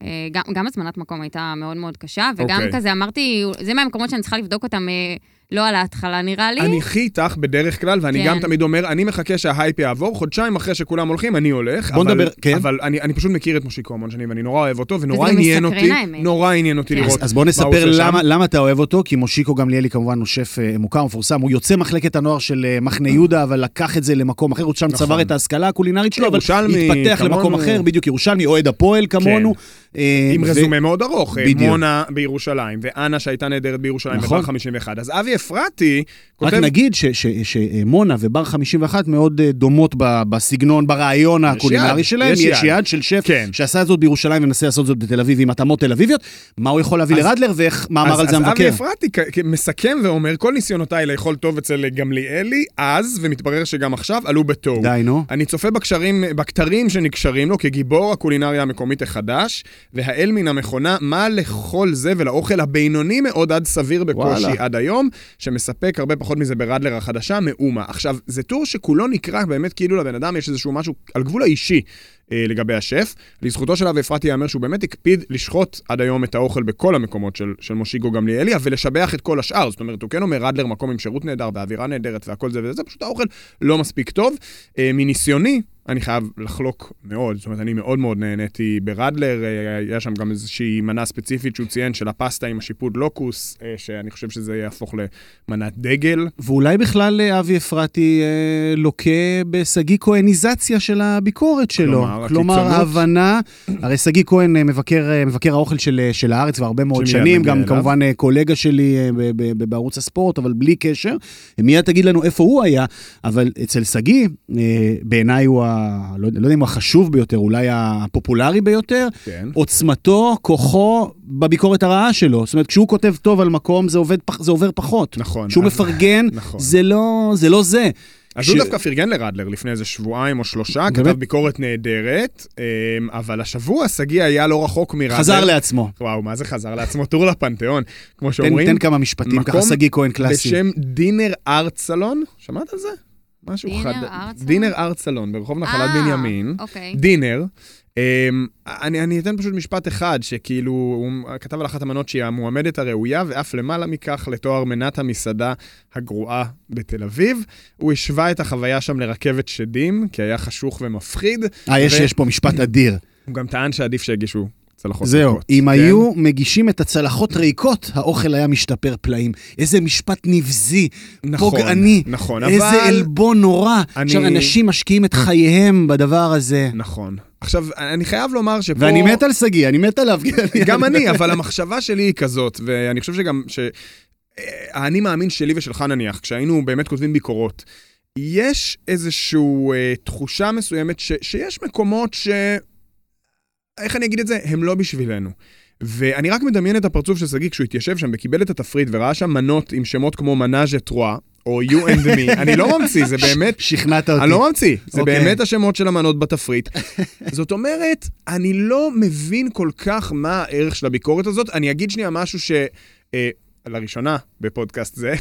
E: אה, גם, גם הזמנת מקום הייתה מאוד מאוד קשה, וגם
A: אוקיי.
E: כזה אמרתי, זה מהמקומות שאני צריכה לבדוק אותם אה, לא על ההתחלה נראה לי.
A: אני הכי איתך בדרך כלל, ואני
E: כן.
A: גם תמיד אומר, אני מחכה שההייפ יעבור, חודשיים אחרי שכולם הולכים, אני הולך.
B: בוא
A: אבל-
B: נדבר, כן.
A: אבל אני אני פשוט מכיר את מושיקו המון שנים, ואני נורא אוהב אותו, ונורא
E: וזה גם
A: עניין
E: מסקרן,
A: אותי,
E: האמת.
A: נורא עניין אותי
E: כן.
A: לראות
B: אז, אז בוא נספר
A: עושה שם.
B: למה, למה אתה אוהב אותו, כי מושיקו גמליאלי כמובן הוא שף אה, מוכר ומפורסם, הוא יוצא מחלקת הנוער של אה, מחנה יהודה, אבל לקח את זה למקום אחר, הוא שם
A: נכון.
B: צבר את ההשכלה הקולינרית שלו, אבל
A: ירושלמי,
B: התפתח
A: כמונו. כן.
B: למקום אחר, בדיוק ירושלמי, אוהד הפועל כמונו. אה,
A: עם
B: ו-
A: רזומה מאוד ארוך, אה,
B: בדיוק.
A: מונה בירושלים, ואנה שהייתה נהדרת בירושלים
B: נכון.
A: בבר 51. אז אבי אפרתי
B: רק
A: כותב...
B: נגיד שמונה אה, ובר 51 מאוד אה, דומות ב- בסגנון, ברעיון הקולינרי
A: יד,
B: שלהם.
A: יש
B: יש
A: יד.
B: יד של שף
A: כן.
B: שעשה זאת בירושלים ומנסה לעשות זאת בתל אביב עם התאמות תל אביביות. מה הוא יכול להביא
A: אז-
B: לרדלר ומה
A: אז-
B: אמר על זה
A: אז אבי
B: המבקר?
A: אפרתי כ- כ- מסכם ואומר, כל ניסיונותיי לאכול טוב אצל גמליאלי, אז, ומתברר שגם עכשיו, עלו בתוהו.
B: די, נו.
A: אני צופה בקשרים, בכתרים שנקשרים לו כגיבור הקולינריה המקומית החדש, והאל מן המכונה, מה לכל זה ולאוכל הבינוני מאוד עד סביר בקושי
B: וואלה.
A: עד היום, שמספק הרבה פחות מזה ברדלר החדשה, מאומה. עכשיו, זה טור שכולו נקרא באמת כאילו לבן אדם יש איזשהו משהו על גבול האישי. אה, לגבי השף. לזכותו של אבי אפרתי ייאמר שהוא באמת הקפיד לשחוט עד היום את האוכל בכל המקומות של, של מושיקו גמליאלי, אבל לשבח את כל השאר. זאת אומרת, הוא כן אומר, רדלר מקום עם שירות נהדר ואווירה נהדרת והכל זה וזה, פשוט האוכל לא מספיק טוב. אה, מניסיוני, אני חייב לחלוק מאוד, זאת אומרת, אני מאוד מאוד נהניתי ברדלר, אה, היה שם גם איזושהי מנה ספציפית שהוא ציין של הפסטה עם השיפוד לוקוס, אה, שאני חושב שזה יהפוך למנת דגל.
B: ואולי בכלל אה, אבי אפרתי אה, לוקה בשגיא כהניזציה של הביקורת שלו.
A: כלומר,
B: כלומר,
A: הקיצונות.
B: ההבנה, הרי שגיא כהן אה, מבקר, אה, מבקר האוכל של, אה, של הארץ כבר הרבה מאוד
A: שמיד
B: שנים,
A: נגיע
B: גם
A: אליו.
B: כמובן אה, קולגה שלי אה, ב- ב- ב- בערוץ הספורט, אבל בלי קשר. מיד תגיד לנו איפה הוא היה, אבל אצל שגיא, אה, בעיניי הוא, ה... לא, יודע- לא יודע אם הוא החשוב ביותר, אולי הפופולרי ביותר,
A: כן.
B: עוצמתו, כוחו, בביקורת הרעה שלו. זאת אומרת, כשהוא כותב טוב על מקום, זה, עובד, פח- זה עובר פחות.
A: נכון.
B: כשהוא
A: אז-
B: מפרגן,
A: נכון.
B: זה לא זה. לא זה.
A: אז
B: ש-
A: הוא דווקא פרגן לרדלר לפני איזה שבועיים או שלושה, כתב
B: באמת?
A: ביקורת נהדרת, אמ, אבל השבוע שגיא היה לא רחוק מרדלר.
B: חזר לעצמו.
A: וואו, מה זה חזר לעצמו? טור לפנתיאון, כמו
B: תן,
A: שאומרים.
B: תן כמה משפטים, ככה
A: מקום
B: שגיא כהן קלאסי.
A: בשם דינר ארצלון, שמעת על זה? משהו
E: דינר
A: חד...
E: ארצלון?
A: דינר ארצלון, ברחוב נחלת
E: אה,
A: בנימין.
E: אוקיי.
A: דינר. אמ, אני, אני אתן פשוט משפט אחד, שכאילו, הוא כתב על אחת המנות שהיא המועמדת הראויה, ואף למעלה מכך לתואר מנת המסעדה הגרועה בתל אביב. הוא השווה את החוויה שם לרכבת שדים, כי היה חשוך ומפחיד.
B: אה, יש,
A: ו-
B: יש פה
A: כן.
B: משפט אדיר.
A: הוא גם טען שעדיף שיגישו צלחות.
B: זהו,
A: ריקות.
B: אם
A: כן?
B: היו מגישים את הצלחות ריקות, האוכל היה משתפר פלאים. איזה משפט נבזי,
A: נכון,
B: פוגעני,
A: נכון,
B: איזה
A: אבל-
B: עלבון נורא.
A: אני-
B: עכשיו, אנשים משקיעים את חייהם בדבר הזה.
A: נכון. עכשיו, אני חייב לומר שפה...
B: ואני מת על שגיא, *laughs* אני מת עליו.
A: גם אני, אבל המחשבה שלי היא כזאת, ואני חושב שגם, ש... אה, האני מאמין שלי ושלך נניח, כשהיינו באמת כותבים ביקורות, יש איזושהי אה, תחושה מסוימת ש... שיש מקומות ש... איך אני אגיד את זה? הם לא בשבילנו. ואני רק מדמיין את הפרצוף של שגיא כשהוא התיישב שם וקיבל את התפריט וראה שם מנות עם שמות כמו מנאז'ה טרואה, או you and me, אני לא ממציא, זה באמת
B: שכנעת אותי.
A: אני לא ממציא, זה
B: אוקיי.
A: באמת השמות של המנות
B: *laughs*
A: בתפריט. זאת אומרת, אני לא מבין כל כך מה הערך של הביקורת הזאת. אני אגיד שנייה משהו ש... אה, לראשונה בפודקאסט זה,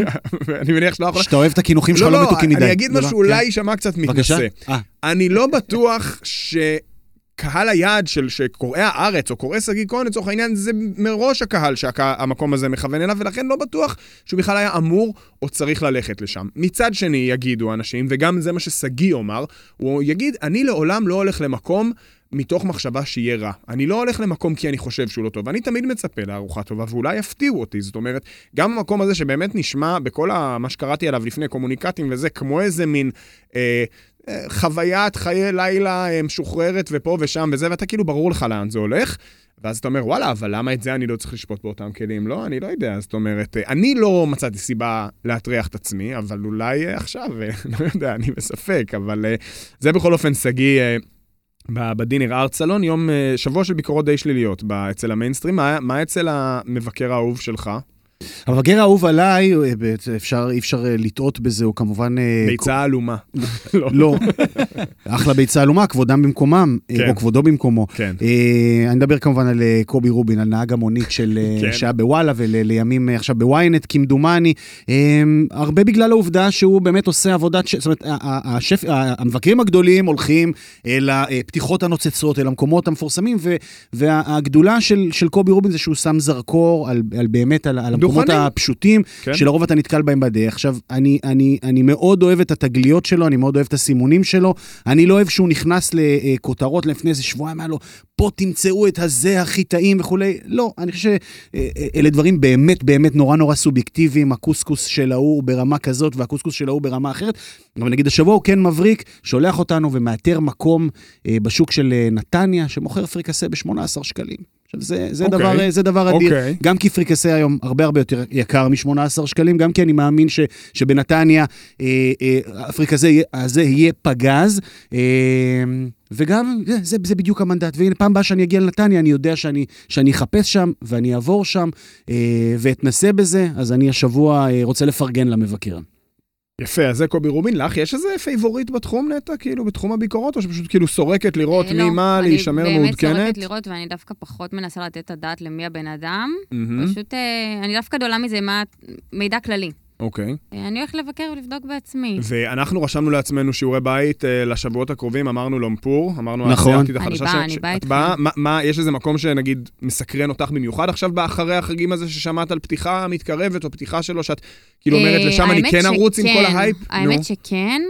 A: *laughs* אני מניח שלא האחרונה.
B: שאתה אוהב את הקינוחים שלך לא מתוקים מדי.
A: אני אגיד
B: לא, לא,
A: משהו
B: כן.
A: שאולי יישמע קצת
B: בבקשה.
A: מתנשא.
B: אה,
A: אני לא בטוח שקהל היעד של שקוראי הארץ, או קוראי שגיא כהן לצורך העניין, זה מראש הקהל שהמקום הזה מכוון אליו, ולכן לא בטוח שהוא בכלל היה אמור או צריך ללכת לשם. מצד שני, יגידו אנשים, וגם זה מה ששגיא אומר, הוא יגיד, אני לעולם לא הולך למקום... מתוך מחשבה שיהיה רע. אני לא הולך למקום כי אני חושב שהוא לא טוב, אני תמיד מצפה לארוחה טובה ואולי יפתיעו אותי. זאת אומרת, גם המקום הזה שבאמת נשמע בכל ה... מה שקראתי עליו לפני, קומוניקטים וזה, כמו איזה מין אה, אה, חוויית חיי לילה אה, משוחררת ופה ושם וזה, ואתה כאילו ברור לך לאן זה הולך. ואז אתה אומר, וואלה, אבל למה את זה אני לא צריך לשפוט באותם כלים? לא, אני לא יודע. זאת אומרת, אה, אני לא מצאתי סיבה להטריח את עצמי, אבל אולי אה, עכשיו, אה, *laughs* לא יודע, אני בספק, אבל אה, זה בכל אופן שגיא אה, ב- בדינר ארט סלון, יום, אה, שבוע של ביקורות די שליליות ב- אצל המיינסטרים. מה- מה אצל המבקר האהוב שלך?
B: אה, המבגר האהוב עליי, אה, בעצם אפשר, אי אפשר אה, לטעות בזה, הוא כמובן... אה,
A: ביצה עלומה.
B: לא.
A: *laughs*
B: אחלה ביצה עלומה, כבודם במקומם, אה,
A: כן.
B: או כבודו במקומו.
A: כן.
B: אה, אני מדבר כמובן על אה, קובי רובין, על נהג המונית של, אה,
A: כן.
B: שהיה בוואלה ולימים עכשיו בוויינט, כמדומני. אה, הרבה בגלל העובדה שהוא באמת עושה עבודת, ש- זאת אומרת, ה- ה- השף, ה- המבקרים הגדולים הולכים אל הפתיחות הנוצצות, אל המקומות המפורסמים, ו- והגדולה של, של קובי רובין זה שהוא שם זרקור על, על באמת, על, על המקומות
A: דוכנים.
B: הפשוטים,
A: כן.
B: כן. שלרוב אתה נתקל בהם בדרך. עכשיו, אני, אני, אני מאוד אוהב את התגליות שלו, אני מאוד אוהב את הסימונים שלו. אני לא אוהב שהוא נכנס לכותרות לפני איזה שבועיים, היה לו, פה תמצאו את הזה הכי טעים וכולי. לא, אני חושב שאלה דברים באמת באמת נורא נורא סובייקטיביים, הקוסקוס של ההוא הוא ברמה כזאת והקוסקוס של ההוא ברמה אחרת. אבל נגיד השבוע הוא כן מבריק, שולח אותנו ומאתר מקום אה, בשוק של אה, נתניה, שמוכר פריקסה ב-18 שקלים. עכשיו, זה, זה, okay.
A: אוקיי.
B: דבר, אה, זה דבר אדיר.
A: *laughs* אוקיי.
B: גם כי פריקסה היום הרבה הרבה יותר יקר מ-18 שקלים, גם כי אני מאמין ש, שבנתניה אה, אה, הפריקסה יהיה- הזה יהיה פגז. אה, וגם, זה, זה, זה בדיוק המנדט. והנה, פעם הבאה שאני אגיע לנתניה, אני יודע שאני, שאני אחפש שם, ואני אעבור שם, אה, ואתנסה בזה, אז אני השבוע אה, רוצה לפרגן למבקר.
A: יפה, אז זה קובי רובין. לך יש איזה פייבוריט בתחום, נטע? כאילו, בתחום הביקורות? או שפשוט כאילו סורקת לראות
E: אה,
A: מי
E: לא,
A: מה, להישמר
E: אני באמת
A: מעודכנת?
E: סורקת לראות, ואני דווקא פחות מנסה לתת את הדעת למי הבן אדם.
A: מהמם,
E: פשוט, אה, אני דווקא גדולה מזה, מה- מידע כללי.
A: אוקיי.
E: אה, אני הולכת לבקר ולבדוק בעצמי.
A: ואנחנו רשמנו לעצמנו שיעורי בית אה, לשבועות הקרובים, אמרנו לומפור, אמרנו
B: נכון.
A: האסיאתית
E: אני
A: החדשה.
E: באה,
A: ש-
E: אני
A: ש-
E: באה
A: את
E: איתך.
A: באה? מה- מה, יש איזה מקום שנגיד מסקרן אותך במיוחד עכשיו, אחרי החגים הזה ששמעת על פתיחה מתקרבת, או פתיחה שלו, שאת כאילו אומרת
E: אה,
A: לשם אני
E: האמת
A: כן ארוץ עם
E: שכן.
A: כל ההייפ? נו.
E: האמת שכן,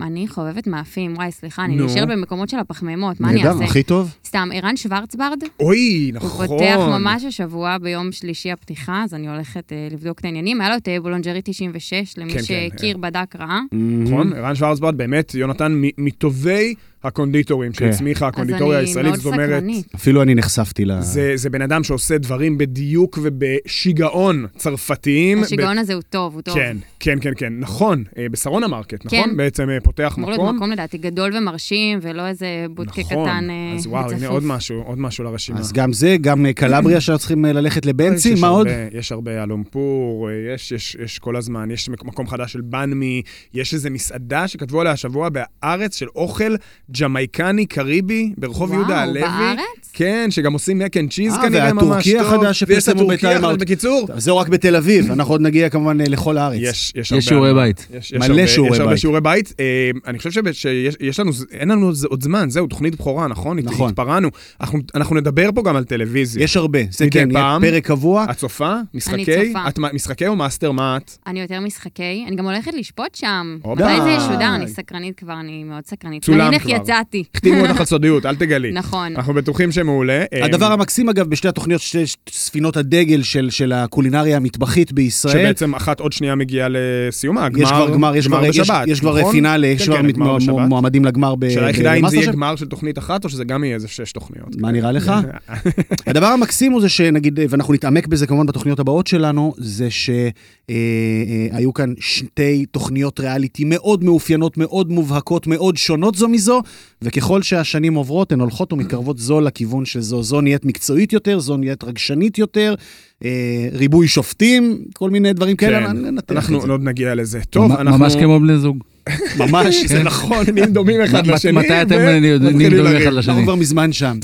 E: אה, אני חובבת מאפים, וואי, סליחה, אני
A: נו.
E: נשארת במקומות של הפחמימות, מה אני אעשה?
B: טוב.
E: סתם, ערן שוורצברד,
A: אוי,
E: הוא
A: נכון.
E: פותח ממש השבוע ביום שלישי הפתיחה, אז אני הולכת אה, לבדוק את העניינים. היה לו את אה, בולונג'רי 96, למי
A: כן, כן,
E: שהכיר, בדק, ראה.
A: נכון, ערן שוורצברט באמת, יונתן, מ- מטובי הקונדיטורים
B: כן.
A: שהצמיחה
E: אז אני
A: הקונדיטוריה הישראלית,
E: מאוד
A: זאת אומרת,
E: סקרנית.
B: אפילו אני נחשפתי ל...
A: זה, זה בן אדם שעושה דברים בדיוק ובשיגעון צרפתיים.
E: השיגעון הזה הוא טוב, הוא טוב.
A: כן, כן, כן, כן, נכון, אה, בשרונה מרקט, נכון?
E: כן.
A: בעצם אה, פותח
E: אמור להיות
A: מקום.
E: מקום לדעתי גדול ומרשים, ולא איזה בודקה
A: נכון,
E: קטן אה,
A: אז וואו, הנה
E: וצפוף.
A: עוד משהו, עוד משהו לרשימה.
B: אז גם זה, גם אה, קלבריה שאנחנו צריכים אה, ללכת לבנצי,
A: יש
B: מה עוד?
A: הרבה- יש הרבה אלומפור, יש, יש, יש כל הזמן, יש מק- מקום חדש של בנמי, יש איזו מסעדה שכתבו עליה השבוע בארץ של אוכל ג'מייקני קריבי ברחוב
E: וואו,
A: יהודה הלוי.
E: בארץ?
A: כן, שגם עושים מק אנד צ'יז
B: אה,
A: כנראה ממש טוב.
B: והטורקי החדש
A: ויש את
B: שפרסמו
A: הטורקי
B: ב-Time
A: החדש,
B: Out.
A: בקיצור.
B: זהו רק בתל אביב, אנחנו עוד נגיע כמובן אה, לכל הארץ.
A: יש, יש
D: יש
A: הרבה.
D: שיעורי
A: על מה.
D: בית.
A: יש- יש
B: מלא
A: הרבה-
B: שיעורי
A: יש הרבה
B: בית.
A: שיעורי בית. אה, אני חושב שב- שיש יש לנו, ז- אין לנו ז- עוד זמן, זהו, תוכנית בכורה, נכון? הת-
B: נכון.
A: התפרענו. אנחנו- אנחנו נדבר פה גם על טלוויזיה.
B: יש הרבה, זה
A: אוקיי. מדי
B: כן, יהיה
A: פעם.
B: פרק קבוע.
A: את צופה? משחקי?
E: צופה.
A: את מה- משחקי או מאסטר? מה את?
E: אני יותר משחקי, אני גם הולכת לשפוט שם.
A: הופה.
E: מתי זה ישודר?
A: די.
E: אני סקרנית כבר, אני מאוד סקרנית.
A: צולם
E: מעניין איך
A: כבר.
E: יצאתי.
A: החתימו אותך על סודיות, אל תגלי.
E: נכון.
A: אנחנו בטוחים שמעולה. אה,
B: הדבר המקסים אגב, בשתי התוכניות, שתי ספינות הדגל של, של הקולינריה המטבחית בישראל.
A: שבעצם אחת עוד שנייה מגיעה לסיומה, הגמר
B: יש כבר גמר, יש כבר, יש,
A: בשבת,
B: יש כבר
A: נכון?
B: פינאלה,
A: כן,
B: יש כבר
A: כן,
B: מת-
A: הגמר בשבת.
B: מועמדים לגמר ב...
A: השאלה היחידה אם זה יהיה
B: במאסטר
A: גמר של תוכנית אחת, או שזה גם יהיה איזה שש תוכניות.
B: מה נראה
A: *laughs*
B: לך? הדבר המקסים הוא זה שנגיד, ואנחנו נתעמק בזה כמובן בתוכניות הבאות שלנו, זה שהיו אה, אה, היו כאן שתי תוכניות ריאליטי מאוד מאופיינות, מאוד מובהקות, מאוד שונות זו מזו, וככל שהשנים עוברות, הן הולכות ומתקרבות זו לכיוון של זו. זו נהיית מקצועית יותר, זו נהיית רגשנית יותר, אה, ריבוי שופטים, כל מיני דברים כאלה,
A: כן,
B: ננתח את
A: אנחנו
B: זה.
A: עוד נגיע לזה. טוב,
D: ממ-
A: אנחנו...
D: ממש כמו בני זוג.
B: ממש,
A: *laughs* זה נכון, נהיים דומים אחד
D: מ-
A: לשני.
D: מתי אתם
A: ומתחילים
D: נהיים דומים
A: לריב.
D: אחד לשני?
B: אנחנו כבר מזמן שם.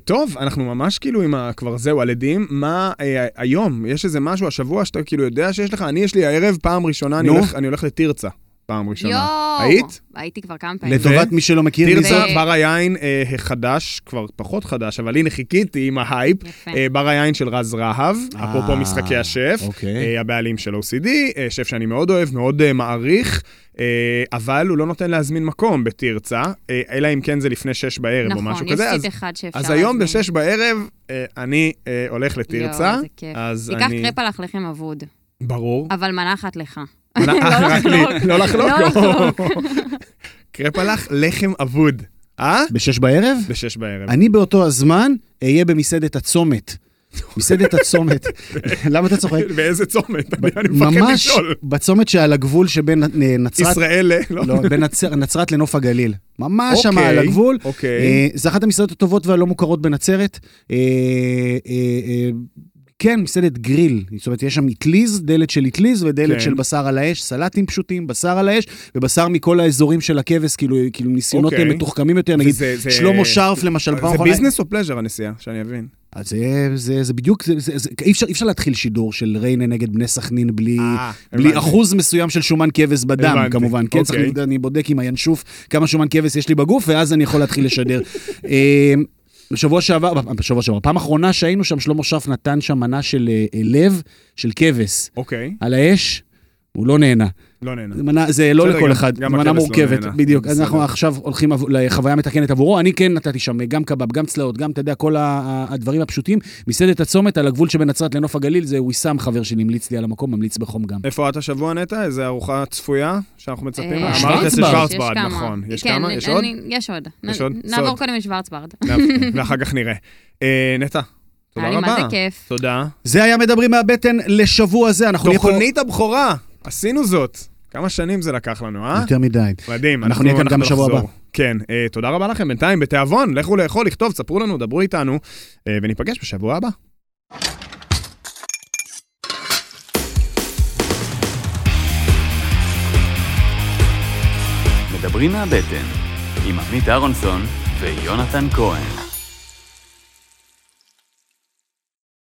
A: וטוב, אנחנו ממש כאילו עם ה... כבר זהו, על עדים. מה אה, היום? יש איזה משהו השבוע שאתה כאילו יודע שיש לך? אני, יש לי הערב, פעם ראשונה, אני
B: נו.
A: הולך- אני הולך לתרצה. פעם ראשונה.
E: יואו!
A: היית?
E: הייתי כבר כמה פעמים.
B: לטובת מי שלא מכיר, מי
A: תרצה,
B: זאת?
E: ו-
A: בר היין אה, החדש, כבר פחות חדש, אבל הנה חיכיתי עם ההייפ,
E: יפה.
A: אה, בר היין של רז רהב,
B: אה,
A: אפרופו משחקי השף,
B: אוקיי.
A: אה, הבעלים של OCD, אה, שף שאני מאוד אוהב, מאוד אה, מעריך, אה, אבל הוא לא נותן להזמין מקום בתרצה, אה, אלא אם כן זה לפני שש בערב או
E: נכון,
A: משהו
E: יש
A: כזה. אז-
E: סיט אחד שאפשר
A: אז היום
E: להזמין.
A: בשש בערב אה, אני אה, הולך לתרצה,
E: יואו, זה כיף.
A: אז
E: תיקח
A: אני...
E: קרפ על אך לחם אבוד,
A: ברור.
E: אבל מנה אחת לך.
A: מנה-
E: לא
A: אה, רק לי,
E: לחלוק.
A: לא לחלוק.
E: לא לחלוק.
A: קרפלח, לחם אבוד. אה?
B: בשש בערב?
A: בשש בערב.
B: אני באותו הזמן אהיה במסעדת הצומת.
A: *laughs*
B: מסעדת הצומת. למה אתה צוחק?
A: באיזה כן, צומת? אני אני מפחד
B: ממש
A: לשאול.
B: בצומת שעל הגבול שבין אה, נצרת...
A: ישראל, ל- לא.
B: לא, בין נצ- נצרת לנוף הגליל. ממש שם
A: אוקיי,
B: על הגבול.
A: אוקיי.
B: אה, זה אחת המסעדות הטובות והלא מוכרות בנצרת. אה, אה, אה, כן, מסעדת גריל. זאת אומרת, יש שם אטליז, דלת של אטליז ודלת
A: כן.
B: של בשר על האש, סלטים פשוטים, בשר על האש, ובשר מכל האזורים של הכבש, כאילו כאילו ניסיונות
A: אוקיי.
B: מתוחכמים יותר, נגיד
A: וזה- זה-
B: שלמה שרף למשל. פעם
A: זה
B: אחרונה-
A: ביזנס או פלז'ר הנסיעה, שאני אבין.
B: אז זה, זה, זה בדיוק, זה, זה, זה, אי, אפשר, אי אפשר להתחיל שידור של ריינה נגד בני סכנין בלי,
A: אה,
B: בלי
A: הבנתי.
B: אחוז מסוים של שומן כבש בדם,
A: הבנתי,
B: כמובן. כן, צריך,
A: אוקיי.
B: לבדוק- אני בודק עם הינשוף כמה שומן כבש יש לי בגוף, ואז אני יכול להתחיל לשדר. *laughs* אה, בשבוע שעבר, בשבוע שעבר, פעם אחרונה שהיינו שם, שלמה שרף נתן שם מנה של אה, אה, לב של כבש
A: אוקיי,
B: על האש, הוא לא נהנה.
A: לא נהנה.
B: זה מנה, זה לא
A: בסדר,
B: לכל
A: גם-
B: אחד,
A: גם
B: מנה
A: הכבש לא
B: מורכבת,
A: נהנה.
B: בדיוק. אז
A: בסדר.
B: אנחנו עכשיו הולכים עב- לחוויה מתקנת עבורו. אני כן נתתי שם גם קבב, גם צלעות, גם, אתה יודע, כל ה- ה- הדברים הפשוטים. מסעדת הצומת על הגבול שבין נצרת לנוף הגליל, זה ויסאם, חבר שלי, המליץ לי על המקום, ממליץ בחום גם.
A: איפה את השבוע, נטע? איזה ארוחה צפויה שאנחנו מצפים
E: אה,
A: לה?
B: שוורצברד.
A: אמרת אצל
E: יש
A: שוורצברד,
E: כמה.
A: נכון. יש
E: כן,
A: כמה? יש עוד?
E: אני- יש עוד.
A: יש
E: נ-
A: עוד? סוד.
E: נעבור קודם לשוורצברד.
A: ואחר כך נראה. אה, נטע, תודה
E: היה לי
A: רבה.
E: מה זה כיף.
A: תודה.
B: זה היה מדברים מהבטן לשבוע זה,
A: לא
B: אנחנו נהיה פה...
A: תוכנית הבכורה, עשינו זאת. כמה שנים זה לקח לנו, אה?
B: יותר מדי.
A: מדהים.
B: אנחנו נהיה כאן גם בשבוע
A: נחזור.
B: הבא.
A: כן, אה, תודה רבה לכם. בינתיים, בתיאבון, לכו לאכול, לכתוב, ספרו לנו, דברו איתנו, אה, וניפגש בשבוע הבא.
C: כן, מדברים מהבטן, עם עמית אהרונסון ויונתן כהן.